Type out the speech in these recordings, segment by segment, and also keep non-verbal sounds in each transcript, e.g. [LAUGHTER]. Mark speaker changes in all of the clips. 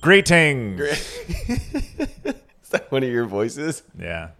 Speaker 1: Greetings.
Speaker 2: Is that [LAUGHS] one of your voices?
Speaker 1: [LAUGHS] yeah.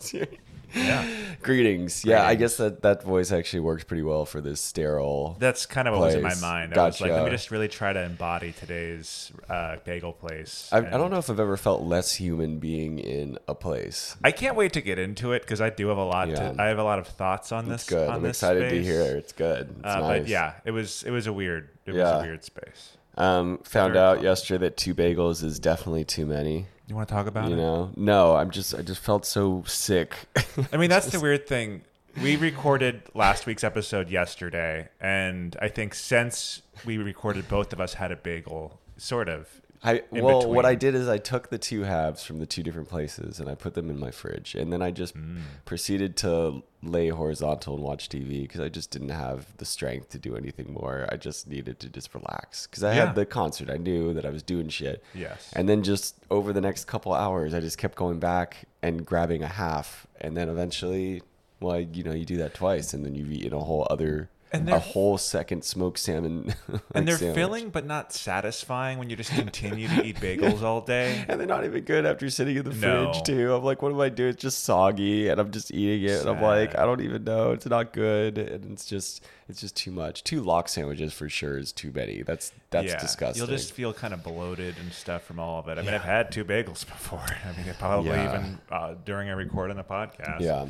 Speaker 2: Greetings. Yeah, I guess that that voice actually works pretty well for this sterile.
Speaker 1: That's kind of what was in my
Speaker 2: Place.
Speaker 1: mind. I was like,
Speaker 2: Gotcha.
Speaker 1: let me just really try to embody today's uh, bagel place.
Speaker 2: I, I
Speaker 1: And
Speaker 2: don't know if I've ever felt less human being in a place.
Speaker 1: I can't wait to get into it because I do have a lot.
Speaker 2: Yeah.
Speaker 1: To, I have a lot of thoughts on this.
Speaker 2: It's good.
Speaker 1: on
Speaker 2: I'm
Speaker 1: this
Speaker 2: excited to
Speaker 1: space.
Speaker 2: hear. It's good. It's
Speaker 1: Uh,
Speaker 2: nice.
Speaker 1: But yeah, it was it was a weird it
Speaker 2: Yeah.
Speaker 1: was a weird space.
Speaker 2: Um, found
Speaker 1: Very
Speaker 2: out
Speaker 1: fun.
Speaker 2: yesterday that two bagels is definitely too many.
Speaker 1: You want to talk about
Speaker 2: You
Speaker 1: it?
Speaker 2: know? No, I'm just I just felt so sick. [LAUGHS]
Speaker 1: I mean, that's the weird thing. We recorded last week's episode yesterday, and I think since we recorded, both of us had a bagel, sort of.
Speaker 2: I
Speaker 1: In
Speaker 2: well,
Speaker 1: between.
Speaker 2: what I did is I took the two halves from the two different places and I put them in my fridge, and then I just
Speaker 1: Mm.
Speaker 2: proceeded to lay horizontal and watch TV because I just didn't have the strength to do anything more. I just needed to just relax because I
Speaker 1: Yeah.
Speaker 2: had the concert. I knew that I was doing shit.
Speaker 1: Yes.
Speaker 2: And then just over the next couple hours, I just kept going back and grabbing a half, and then eventually, well, you know, you do that twice, and then you've eaten a whole other.
Speaker 1: And
Speaker 2: a
Speaker 1: they're-
Speaker 2: whole second smoked salmon, [LAUGHS] like,
Speaker 1: and they're
Speaker 2: sandwich.
Speaker 1: filling but not satisfying when you just continue to eat bagels all day.
Speaker 2: And they're not even good after sitting in the
Speaker 1: No.
Speaker 2: fridge too. I'm like, what am I doing? It's just soggy, and I'm just eating it. And I'm like,
Speaker 1: Sad.
Speaker 2: I don't even know. It's not good, and it's just, it's just too much. Two lock sandwiches for sure is too many. That's [LAUGHS] that's disgusting.
Speaker 1: You'll just feel kind of bloated and stuff from all of it. I mean, I've had two bagels before. [LAUGHS] I mean, probably
Speaker 2: Yeah.
Speaker 1: even uh, during a record on the podcast.
Speaker 2: yeah.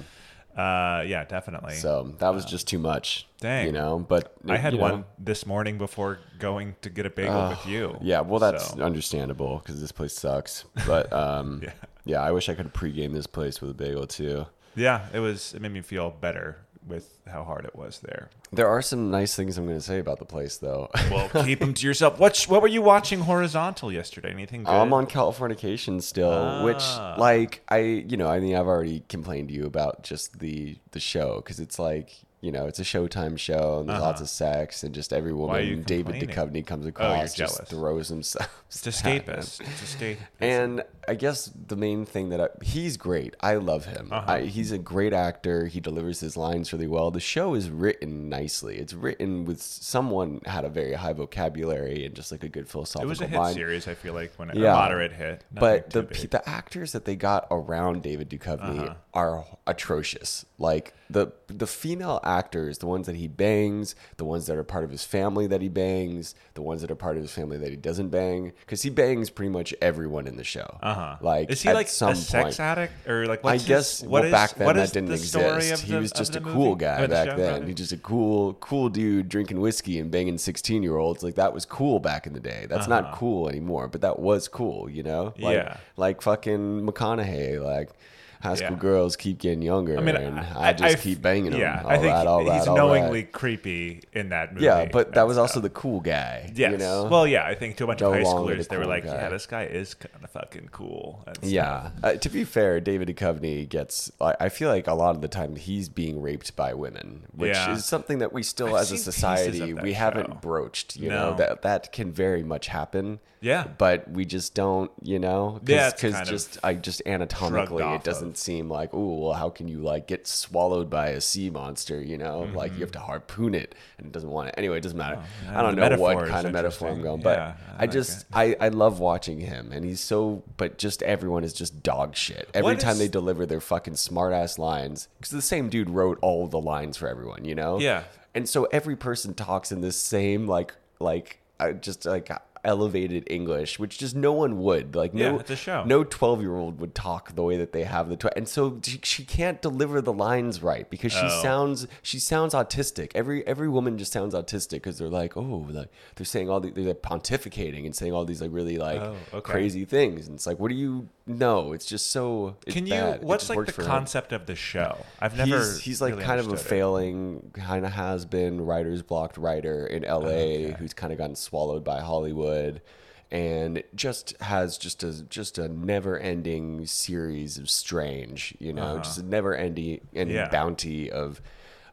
Speaker 1: Uh, yeah, definitely.
Speaker 2: So that was just too much.
Speaker 1: Dang.
Speaker 2: You know, but
Speaker 1: I had
Speaker 2: you know,
Speaker 1: one this morning before going to get a bagel with you.
Speaker 2: Yeah, well, that's
Speaker 1: So,
Speaker 2: understandable because this place sucks.
Speaker 1: [LAUGHS]
Speaker 2: But um,
Speaker 1: Yeah.
Speaker 2: yeah. I wish I could pregame this place with a bagel too.
Speaker 1: yeah, it was. It made me feel better with how hard it was
Speaker 2: [LAUGHS]
Speaker 1: there.
Speaker 2: There are some nice things I'm going to say about the place though. [LAUGHS]
Speaker 1: Well, keep them to yourself. What what were you watching horizontal yesterday? Anything good? Ah.
Speaker 2: I'm on Californication still, which like I, you know, I mean, I've already complained to you about just the the show because it's like you know it's a Showtime show and there's lots of sex and just every
Speaker 1: Uh-huh. are you
Speaker 2: woman David
Speaker 1: complaining? Oh,
Speaker 2: Duchovny comes across just
Speaker 1: jealous.
Speaker 2: throws himself. [LAUGHS]
Speaker 1: it's escapist. It's escapist.
Speaker 2: And I guess the main thing that I, he's great. I love him.
Speaker 1: Uh-huh.
Speaker 2: I, he's a great actor. He delivers his lines really well. The show is written nicely. It's written with someone had a very high vocabulary and just like a good
Speaker 1: It
Speaker 2: philosophical
Speaker 1: was a hit
Speaker 2: mind.
Speaker 1: series. I feel like when a
Speaker 2: Yeah.
Speaker 1: moderate hit, nothing
Speaker 2: but
Speaker 1: too
Speaker 2: the
Speaker 1: big. Uh-huh.
Speaker 2: the actors that they got around David Duchovny are atrocious. Like the the female actors, the ones that he bangs, the ones that are part of his family that he bangs, the ones that are part of his family that he doesn't bang, because he bangs pretty much everyone in the show. Uh huh. Like
Speaker 1: Uh-huh. is he
Speaker 2: at
Speaker 1: like
Speaker 2: some
Speaker 1: a sex
Speaker 2: point.
Speaker 1: addict or like what's
Speaker 2: I
Speaker 1: his-
Speaker 2: guess
Speaker 1: what
Speaker 2: well,
Speaker 1: is-
Speaker 2: back then
Speaker 1: what
Speaker 2: that
Speaker 1: is
Speaker 2: didn't
Speaker 1: the story
Speaker 2: exist.
Speaker 1: of
Speaker 2: He
Speaker 1: the-
Speaker 2: was
Speaker 1: of
Speaker 2: just
Speaker 1: the
Speaker 2: a cool
Speaker 1: movie?
Speaker 2: guy
Speaker 1: Or the
Speaker 2: back
Speaker 1: show,
Speaker 2: then.
Speaker 1: rather?
Speaker 2: He just a cool, cool dude drinking whiskey and banging sixteen year olds. Like that was cool back in the day. That's not cool anymore, but that was cool, you know? Like,
Speaker 1: Uh-huh. Yeah.
Speaker 2: like fucking McConaughey, like high school
Speaker 1: Yeah.
Speaker 2: girls keep getting younger
Speaker 1: I mean,
Speaker 2: and I, just keep banging them.
Speaker 1: Yeah,
Speaker 2: all
Speaker 1: I think
Speaker 2: right, all right,
Speaker 1: he's
Speaker 2: all
Speaker 1: knowingly
Speaker 2: right.
Speaker 1: creepy in that movie.
Speaker 2: Yeah, but that
Speaker 1: and
Speaker 2: was
Speaker 1: stuff.
Speaker 2: also the cool guy.
Speaker 1: Yes.
Speaker 2: You know?
Speaker 1: Well, yeah, I think to a bunch of
Speaker 2: No
Speaker 1: high
Speaker 2: longer the
Speaker 1: schoolers, they were
Speaker 2: cool
Speaker 1: like,
Speaker 2: guy.
Speaker 1: "Yeah, this guy is kind of fucking cool." and stuff.
Speaker 2: Yeah. Uh, to be fair, David Duchovny gets. I, I feel like a lot of the time he's being raped by women, which
Speaker 1: Yeah.
Speaker 2: is something that we still,
Speaker 1: I've
Speaker 2: as a
Speaker 1: seen pieces
Speaker 2: society,
Speaker 1: of that
Speaker 2: we
Speaker 1: show.
Speaker 2: haven't broached. You
Speaker 1: No.
Speaker 2: know that that can very much happen.
Speaker 1: Yeah.
Speaker 2: But we just don't. You know.
Speaker 1: Yeah, it's kind of
Speaker 2: Because just I just anatomically,
Speaker 1: off
Speaker 2: it
Speaker 1: of.
Speaker 2: doesn't seem like oh well, how can you like get swallowed by a sea monster? You know,
Speaker 1: Mm-hmm.
Speaker 2: like you have to harpoon it, and it doesn't want it. Anyway, it doesn't matter.
Speaker 1: Oh, yeah,
Speaker 2: I don't
Speaker 1: the
Speaker 2: know
Speaker 1: metaphor
Speaker 2: what
Speaker 1: is
Speaker 2: kind of metaphor I'm
Speaker 1: interesting.
Speaker 2: going, but
Speaker 1: Yeah, I
Speaker 2: I
Speaker 1: like
Speaker 2: just
Speaker 1: it.
Speaker 2: I, I love watching him, and he's so. But just everyone is just dog shit. Every
Speaker 1: What
Speaker 2: time
Speaker 1: is-
Speaker 2: they deliver their fucking smart ass lines, because the same dude wrote all the lines for everyone, you know.
Speaker 1: Yeah.
Speaker 2: And so every person talks in this same like like uh, just like elevated English, which just no one would like. No,
Speaker 1: Yeah, it's a show.
Speaker 2: No twelve year old would talk the way that they have the twelve. And so she, she can't deliver the lines right because she
Speaker 1: Oh.
Speaker 2: sounds she sounds autistic. Every every woman just sounds autistic because they're like oh like they're saying all the, they're like pontificating and saying all these like really like
Speaker 1: Oh, okay.
Speaker 2: crazy things. And it's like what do you know? It's just so. It's
Speaker 1: Can you?
Speaker 2: bad. It
Speaker 1: What's
Speaker 2: just
Speaker 1: like
Speaker 2: worked
Speaker 1: the
Speaker 2: for him
Speaker 1: concept of the show? I've never.
Speaker 2: he's, he's like
Speaker 1: really
Speaker 2: kind of a
Speaker 1: understood it.
Speaker 2: failing kind of has been writer's blocked writer in
Speaker 1: Oh,
Speaker 2: la who's kind of gotten swallowed by hollywood and just has just a just a never ending series of strange you know just a never ending and
Speaker 1: Uh-huh. Yeah.
Speaker 2: bounty of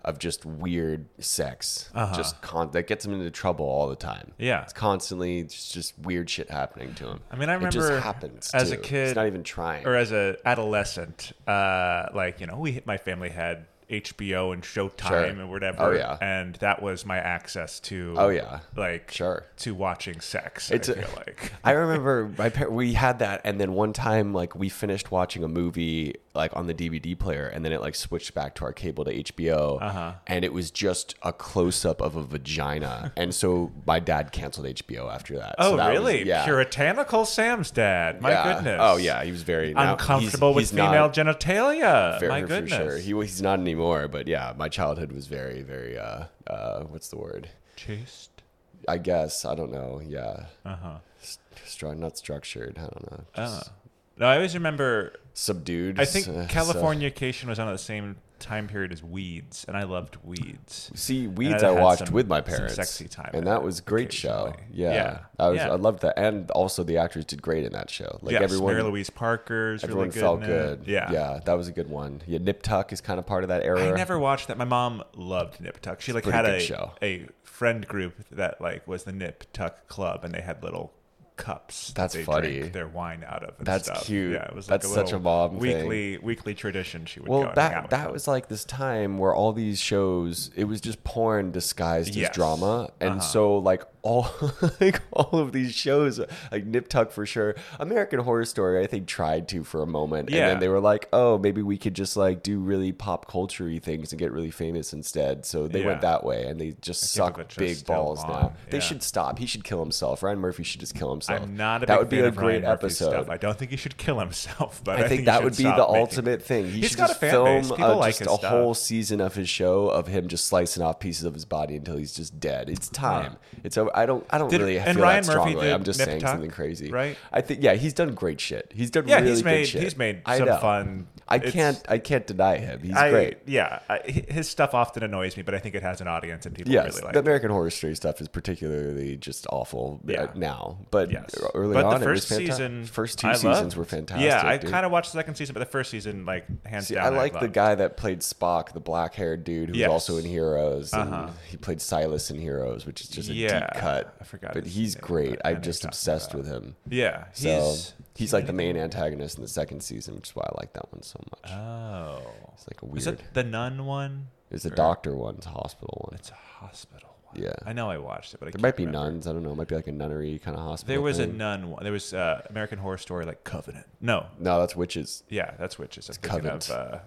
Speaker 2: of just weird sex just con that gets him into trouble all the time
Speaker 1: Uh-huh. Yeah.
Speaker 2: it's constantly it's just weird shit happening to him
Speaker 1: I mean, I
Speaker 2: it
Speaker 1: remember
Speaker 2: just happens
Speaker 1: as a
Speaker 2: too.
Speaker 1: kid
Speaker 2: he's not even trying
Speaker 1: or as a adolescent, uh, like you know, we my family had HBO and Showtime
Speaker 2: Sure.
Speaker 1: and whatever.
Speaker 2: Oh, yeah.
Speaker 1: And that was my access to.
Speaker 2: Oh, yeah.
Speaker 1: Like
Speaker 2: Sure.
Speaker 1: to watching sex.
Speaker 2: It's
Speaker 1: I
Speaker 2: a-
Speaker 1: feel like
Speaker 2: [LAUGHS] I remember my par- we had that, and then one time, like we finished watching a movie like on the DVD player, and then it like switched back to our cable to HBO,
Speaker 1: Uh-huh.
Speaker 2: and it was just a close up of a vagina, and so my dad canceled HBO after that. So
Speaker 1: Oh,
Speaker 2: that was-
Speaker 1: really?
Speaker 2: yeah.
Speaker 1: Puritanical Sam's dad. My
Speaker 2: Yeah.
Speaker 1: goodness.
Speaker 2: Oh yeah, he was very now-
Speaker 1: Uncomfortable with
Speaker 2: he's- he's not
Speaker 1: female genitalia.
Speaker 2: fair
Speaker 1: My
Speaker 2: for
Speaker 1: goodness.
Speaker 2: sure. He he's not anymore, but yeah, my childhood was very very uh uh what's the word?
Speaker 1: Chaste.
Speaker 2: I guess I don't know. Yeah,
Speaker 1: Uh huh.
Speaker 2: St- stru- not structured. I don't know.
Speaker 1: Uh.
Speaker 2: Just
Speaker 1: No, I always remember.
Speaker 2: Subdued.
Speaker 1: I think
Speaker 2: uh, so- so-
Speaker 1: Californication was on at the same time period as Weeds, and I loved Weeds.
Speaker 2: See, Weeds
Speaker 1: I
Speaker 2: I
Speaker 1: had
Speaker 2: watched
Speaker 1: some-
Speaker 2: with my
Speaker 1: some
Speaker 2: parents.
Speaker 1: sexy time in
Speaker 2: And that
Speaker 1: it
Speaker 2: was a great show.
Speaker 1: occasionally.
Speaker 2: Yeah.
Speaker 1: Yeah.
Speaker 2: I was
Speaker 1: Yeah.
Speaker 2: I loved that. And also the actors did great in that show. Like
Speaker 1: yes,
Speaker 2: everyone
Speaker 1: Mary Louise Parker's
Speaker 2: everyone
Speaker 1: really good.
Speaker 2: felt
Speaker 1: in it.
Speaker 2: good.
Speaker 1: Yeah.
Speaker 2: Yeah, that was a good one. Yeah, Nip Tuck is kind of part of that
Speaker 1: I
Speaker 2: era.
Speaker 1: never watched that. My mom loved Nip Tuck. She like
Speaker 2: pretty
Speaker 1: had
Speaker 2: good
Speaker 1: a
Speaker 2: show.
Speaker 1: a friend group that like was the Nip Tuck Club, and they had little cups. that
Speaker 2: That's
Speaker 1: they
Speaker 2: funny.
Speaker 1: drank their wine out of. And
Speaker 2: That's
Speaker 1: stuff.
Speaker 2: cute.
Speaker 1: Yeah, it was like
Speaker 2: That's such a
Speaker 1: little
Speaker 2: mom thing.
Speaker 1: weekly weekly tradition. She would go
Speaker 2: well,
Speaker 1: and hang out
Speaker 2: that
Speaker 1: with
Speaker 2: that
Speaker 1: them.
Speaker 2: was like this time where all these shows it was just porn disguised
Speaker 1: Yes. Uh-huh.
Speaker 2: as drama, and so like all [LAUGHS] like all of these shows like Nip Tuck for sure, American Horror Story I think tried to for a moment, and
Speaker 1: Yeah.
Speaker 2: then they were like, oh maybe we could just like do really pop culture y things and get really famous instead. So they went
Speaker 1: Yeah.
Speaker 2: that way, and they just
Speaker 1: can't believe
Speaker 2: suck
Speaker 1: it's just
Speaker 2: big
Speaker 1: still
Speaker 2: balls
Speaker 1: on.
Speaker 2: now. They
Speaker 1: Yeah.
Speaker 2: should stop. He should kill himself. Ryan Murphy should just kill himself.
Speaker 1: I'm not a
Speaker 2: that
Speaker 1: big
Speaker 2: would be
Speaker 1: fan
Speaker 2: a
Speaker 1: of Ryan
Speaker 2: great
Speaker 1: Murphy's
Speaker 2: episode.
Speaker 1: Stuff. I don't think he should kill himself, but I,
Speaker 2: I think,
Speaker 1: he
Speaker 2: that
Speaker 1: should
Speaker 2: would be
Speaker 1: stop
Speaker 2: the
Speaker 1: making-
Speaker 2: ultimate thing. He
Speaker 1: He's
Speaker 2: should
Speaker 1: got
Speaker 2: just
Speaker 1: a fan
Speaker 2: film
Speaker 1: base.
Speaker 2: uh,
Speaker 1: People like
Speaker 2: just
Speaker 1: his
Speaker 2: a
Speaker 1: stuff.
Speaker 2: whole season of his show of him just slicing off pieces of his body until he's just dead. It's time. It's over. I don't. I don't
Speaker 1: Did-
Speaker 2: really
Speaker 1: and
Speaker 2: feel
Speaker 1: Ryan
Speaker 2: that
Speaker 1: Murphy
Speaker 2: strongly.
Speaker 1: did
Speaker 2: I'm just
Speaker 1: Nip
Speaker 2: saying
Speaker 1: Tuck,
Speaker 2: something crazy,
Speaker 1: right?
Speaker 2: I think. Yeah, he's done great shit. He's done.
Speaker 1: Yeah,
Speaker 2: really
Speaker 1: he's
Speaker 2: good
Speaker 1: made
Speaker 2: shit.
Speaker 1: he's made
Speaker 2: I
Speaker 1: some
Speaker 2: know.
Speaker 1: fun.
Speaker 2: I
Speaker 1: It's-
Speaker 2: can't. I can't deny him. He's
Speaker 1: I,
Speaker 2: great.
Speaker 1: Yeah, I, hi- his stuff often annoys me, but I think it has an audience and people
Speaker 2: Yes,
Speaker 1: really like.
Speaker 2: the
Speaker 1: it.
Speaker 2: American Horror Story stuff is particularly just awful uh,
Speaker 1: Yeah.
Speaker 2: now, but
Speaker 1: Yes,
Speaker 2: early
Speaker 1: but
Speaker 2: on,
Speaker 1: the first
Speaker 2: it was fanta-
Speaker 1: season,
Speaker 2: First two
Speaker 1: I
Speaker 2: seasons
Speaker 1: loved.
Speaker 2: were fantastic.
Speaker 1: Yeah, I
Speaker 2: dude.
Speaker 1: kind of watched the second season, but the first season, like hands
Speaker 2: See,
Speaker 1: down,
Speaker 2: I like the
Speaker 1: loved.
Speaker 2: guy that played Spock, the black haired dude who
Speaker 1: Yes. Uh-huh.
Speaker 2: was also in Heroes. and He played Silas in Heroes, which is just a
Speaker 1: Yeah,
Speaker 2: deep cut.
Speaker 1: I forgot
Speaker 2: But
Speaker 1: his
Speaker 2: he's
Speaker 1: name,
Speaker 2: great.
Speaker 1: but I know
Speaker 2: I'm
Speaker 1: who
Speaker 2: just
Speaker 1: you're talking
Speaker 2: obsessed with him.
Speaker 1: Yeah,
Speaker 2: So
Speaker 1: he's
Speaker 2: he's, like the main antagonist in the second season, which is why I like that one so much.
Speaker 1: oh,
Speaker 2: it's like a
Speaker 1: is
Speaker 2: weird.
Speaker 1: it the nun one?
Speaker 2: There's a doctor one, it's a hospital one.
Speaker 1: It's a hospital one.
Speaker 2: Yeah.
Speaker 1: I know I watched it, but I
Speaker 2: There might be
Speaker 1: remember.
Speaker 2: nuns. I don't know. It might be like a nunnery kind of hospital.
Speaker 1: There was a
Speaker 2: thing.
Speaker 1: nun one. There was uh, American Horror Story, like Covenant. No,
Speaker 2: No, that's witches.
Speaker 1: yeah, that's witches. I'm thinking
Speaker 2: Covenant. Hmm.
Speaker 1: of. Uh,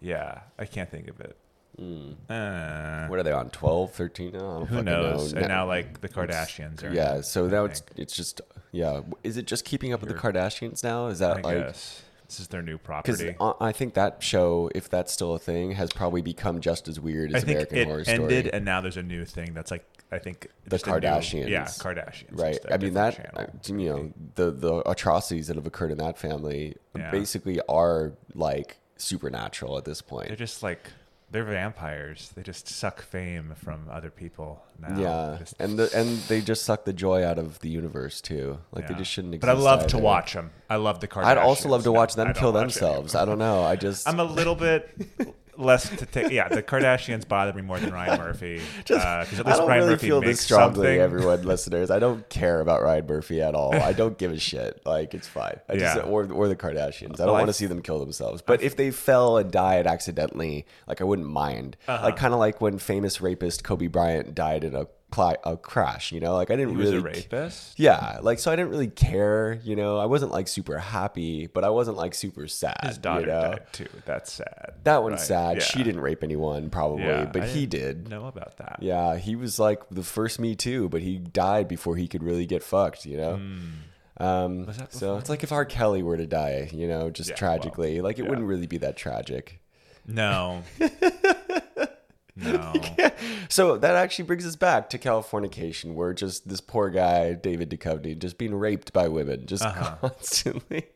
Speaker 1: yeah, I can't think of it. Uh,
Speaker 2: What are they on? 12, 13 now? I don't
Speaker 1: who
Speaker 2: fucking
Speaker 1: knows?
Speaker 2: Know.
Speaker 1: And
Speaker 2: Ne-
Speaker 1: now, like the Kardashians are.
Speaker 2: yeah, so
Speaker 1: I
Speaker 2: now it's
Speaker 1: think.
Speaker 2: it's just yeah. Is it just keeping up with the Kardashians now? Is that
Speaker 1: I
Speaker 2: like
Speaker 1: guess this is their new
Speaker 2: Because
Speaker 1: property.
Speaker 2: I think that show, if that's still a thing, has probably become just as weird
Speaker 1: I
Speaker 2: as
Speaker 1: think
Speaker 2: American
Speaker 1: it
Speaker 2: Horror
Speaker 1: ended,
Speaker 2: Story.
Speaker 1: and now there's a new thing that's like I think
Speaker 2: The
Speaker 1: just a new-
Speaker 2: Kardashians.
Speaker 1: yeah, Kardashians.
Speaker 2: Right.
Speaker 1: Just a
Speaker 2: I mean
Speaker 1: different
Speaker 2: that
Speaker 1: channel.
Speaker 2: uh, you know the the atrocities that have occurred in that family
Speaker 1: Yeah.
Speaker 2: basically are like supernatural at this point.
Speaker 1: They're just like they're vampires. They just suck fame from other people now.
Speaker 2: yeah,
Speaker 1: They just-
Speaker 2: and the, and they just suck the joy out of the universe too. Like
Speaker 1: yeah.
Speaker 2: they just shouldn't.
Speaker 1: But I
Speaker 2: exist
Speaker 1: love to
Speaker 2: either.
Speaker 1: watch them. I love the Kardashians.
Speaker 2: I'd also love to
Speaker 1: No,
Speaker 2: watch
Speaker 1: I
Speaker 2: them
Speaker 1: don't
Speaker 2: kill
Speaker 1: watch any of
Speaker 2: themselves.
Speaker 1: them.
Speaker 2: I don't know. I just
Speaker 1: I'm a little
Speaker 2: [LAUGHS]
Speaker 1: bit less to take. Yeah, the Kardashians bother me more than Ryan
Speaker 2: [LAUGHS]
Speaker 1: Murphy. Just because Uh, at
Speaker 2: I
Speaker 1: least
Speaker 2: don't
Speaker 1: Ryan
Speaker 2: really
Speaker 1: Murphy
Speaker 2: feel
Speaker 1: makes
Speaker 2: this strongly,
Speaker 1: something. [LAUGHS]
Speaker 2: everyone, listeners. I don't care about Ryan Murphy at all. I don't give a shit. Like it's fine. I
Speaker 1: Yeah.
Speaker 2: just, or or the Kardashians. I don't
Speaker 1: Well, I-
Speaker 2: want to see them kill themselves. But if they fell and died accidentally, like I wouldn't mind.
Speaker 1: Uh-huh.
Speaker 2: Like kind of like when famous rapist Kobe Bryant died in a cli- a crash. You know, like I didn't
Speaker 1: He was
Speaker 2: really.
Speaker 1: a rapist.
Speaker 2: Yeah, like so I didn't really care. You know, I wasn't like super happy, but I wasn't like super sad.
Speaker 1: His daughter
Speaker 2: you know?
Speaker 1: died too. That's sad.
Speaker 2: That one's
Speaker 1: Right,
Speaker 2: sad.
Speaker 1: yeah.
Speaker 2: She didn't rape anyone, probably,
Speaker 1: Yeah,
Speaker 2: but
Speaker 1: I
Speaker 2: he
Speaker 1: didn't
Speaker 2: did.
Speaker 1: know about that.
Speaker 2: Yeah, he was like the first Me Too, but he died before he could really get fucked, you know? Um,
Speaker 1: Hmm. that
Speaker 2: so it's like if R. Kelly were to die, you know, just
Speaker 1: Yeah,
Speaker 2: tragically, like it
Speaker 1: yeah.
Speaker 2: wouldn't really be that tragic. [LAUGHS]
Speaker 1: No. no.
Speaker 2: So that actually brings us back to Californication, where just this poor guy, David Duchovny, just being raped by women just
Speaker 1: Uh-huh.
Speaker 2: [LAUGHS] constantly.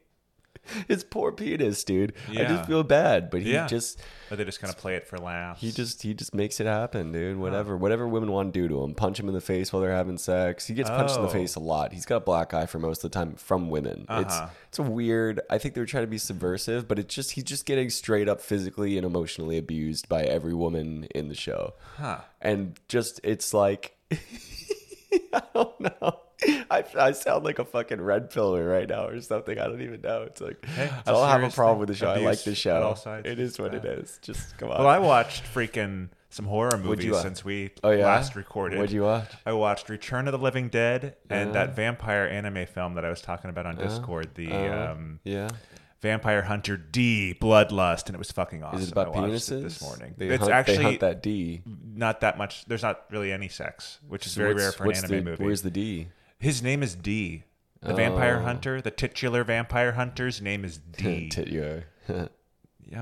Speaker 2: His poor penis, dude. I
Speaker 1: Yeah.
Speaker 2: just feel bad, but he
Speaker 1: Yeah.
Speaker 2: just
Speaker 1: Or they just kind of play it for laughs.
Speaker 2: He just he just makes it happen, dude. Whatever whatever women want to do to him, punch him in the face while they're having sex. He gets punched in
Speaker 1: Oh.
Speaker 2: the face a lot. He's got a black eye for most of the time from women. It's
Speaker 1: Uh-huh.
Speaker 2: it's a weird. I think they were trying to be subversive, but it's just he's just getting straight up physically and emotionally abused by every woman in the show,
Speaker 1: Huh.
Speaker 2: and just it's like [LAUGHS] I don't know. I, I sound like a fucking red pillar right now or something. I don't even know. It's like
Speaker 1: it's
Speaker 2: I
Speaker 1: a
Speaker 2: don't have a
Speaker 1: serious
Speaker 2: problem
Speaker 1: thing.
Speaker 2: with the show. I
Speaker 1: Abuse
Speaker 2: like the show.
Speaker 1: on all sides.
Speaker 2: It is what it
Speaker 1: Yeah.
Speaker 2: is. Just come on.
Speaker 1: Well, I watched freaking some horror movies
Speaker 2: you, uh,
Speaker 1: since we
Speaker 2: oh yeah.
Speaker 1: last recorded.
Speaker 2: What'd you watch?
Speaker 1: I watched Return of the Living Dead and that vampire anime film that I was talking about
Speaker 2: Uh-huh.
Speaker 1: on Discord, the um,
Speaker 2: yeah.
Speaker 1: Vampire Hunter D Bloodlust, and it was fucking awesome.
Speaker 2: Is it about
Speaker 1: I watched
Speaker 2: penises?
Speaker 1: it this morning.
Speaker 2: They
Speaker 1: it's
Speaker 2: hunt,
Speaker 1: actually
Speaker 2: they hunt that D.
Speaker 1: not that much. There's not really any sex, which is very
Speaker 2: What's-
Speaker 1: rare for an
Speaker 2: what's
Speaker 1: anime
Speaker 2: the,
Speaker 1: movie.
Speaker 2: Where's the D?
Speaker 1: His name is D. The vampire
Speaker 2: Oh.
Speaker 1: hunter, the titular vampire hunter's name is
Speaker 2: [LAUGHS]
Speaker 1: D. [LAUGHS]
Speaker 2: Tit your-
Speaker 1: Yeah,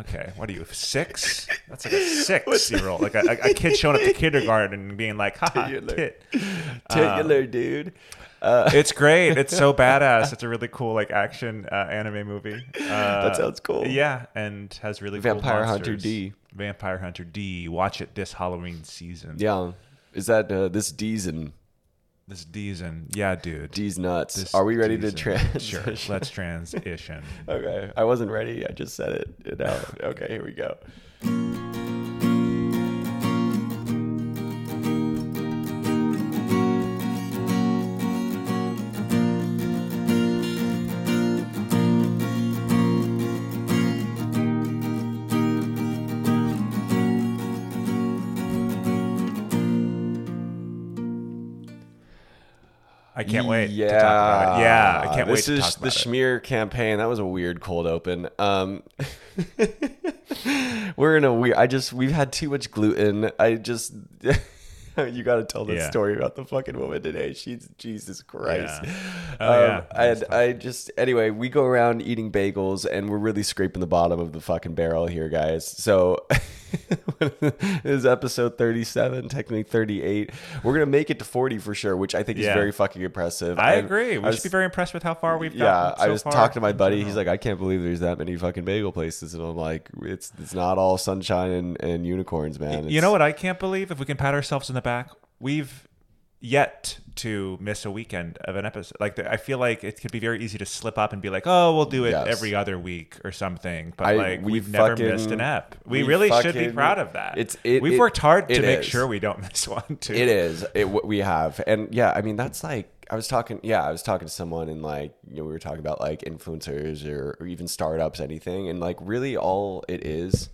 Speaker 1: Okay, what are you six? That's like a six-year-old, like a, a, a kid showing up to kindergarten and being like, "Ha ha,
Speaker 2: Titular.
Speaker 1: tit." Um,
Speaker 2: Titular, dude.
Speaker 1: It's great. It's so badass. It's a really cool like action uh, anime movie. Uh, that
Speaker 2: sounds cool.
Speaker 1: Yeah, and has really
Speaker 2: Vampire
Speaker 1: cool
Speaker 2: Hunter
Speaker 1: monsters.
Speaker 2: D.
Speaker 1: Vampire Hunter D. Watch it this Halloween season.
Speaker 2: Yeah. Is that uh, this D's and
Speaker 1: this D's and yeah, dude.
Speaker 2: D's nuts?
Speaker 1: This
Speaker 2: Are we ready to
Speaker 1: D's in.
Speaker 2: trans?
Speaker 1: Sure, let's transition.
Speaker 2: [LAUGHS] Okay, I wasn't ready. I just said it. it out. Okay, here we go.
Speaker 1: I can't wait.
Speaker 2: Yeah,
Speaker 1: to talk about it. yeah. I can't
Speaker 2: this
Speaker 1: wait to
Speaker 2: is
Speaker 1: talk about
Speaker 2: the
Speaker 1: it.
Speaker 2: Schmear campaign. That was a weird cold open. Um, [LAUGHS] we're in a weird. I just we've had too much gluten. I just. [LAUGHS] You got to tell that
Speaker 1: Yeah.
Speaker 2: story about the fucking woman today. She's Jesus Christ.
Speaker 1: Yeah.
Speaker 2: um,
Speaker 1: Oh, yeah.
Speaker 2: I, had- I just anyway, we go around eating bagels, and we're really scraping the bottom of the fucking barrel here, guys. So [LAUGHS] this is episode thirty-seven, technically thirty-eight. We're gonna make it to forty for sure, which I think is
Speaker 1: Yeah.
Speaker 2: very fucking impressive.
Speaker 1: I
Speaker 2: I'm-
Speaker 1: agree. We
Speaker 2: I
Speaker 1: should
Speaker 2: was-
Speaker 1: be very impressed with how far we've
Speaker 2: yeah,
Speaker 1: gotten.
Speaker 2: I
Speaker 1: so
Speaker 2: was
Speaker 1: far.
Speaker 2: talking to my buddy. He's like, I can't believe there's that many fucking bagel places, and I'm like, it's it's not all sunshine and, and unicorns, man.
Speaker 1: You know what? I can't believe if we can pat ourselves in the back, we've yet to miss a weekend of an episode. Like I feel like it could be very easy to slip up and be like, oh, we'll do it
Speaker 2: Yes.
Speaker 1: every other week or something. But
Speaker 2: I-
Speaker 1: like
Speaker 2: we
Speaker 1: we've never
Speaker 2: fucking-
Speaker 1: missed an ep. We,
Speaker 2: we
Speaker 1: really should be
Speaker 2: fucking-
Speaker 1: proud of that.
Speaker 2: it's- it-
Speaker 1: we've
Speaker 2: it-
Speaker 1: worked hard to
Speaker 2: it
Speaker 1: make
Speaker 2: is.
Speaker 1: sure we don't [LAUGHS] miss one too.
Speaker 2: It is. It what we have, and yeah, I mean that's like I was talking. Yeah, I was talking to someone, and like you know, we were talking about like influencers or, or even startups, anything, and like really all it is,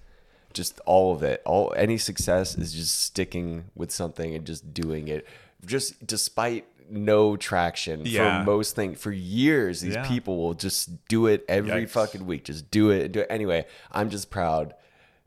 Speaker 2: just all of it, all any success is just sticking with something and just doing it, just despite no traction
Speaker 1: Yeah.
Speaker 2: for most things for years these
Speaker 1: Yeah.
Speaker 2: people will just do it every
Speaker 1: Yikes.
Speaker 2: fucking week just do it and do it anyway i'm just proud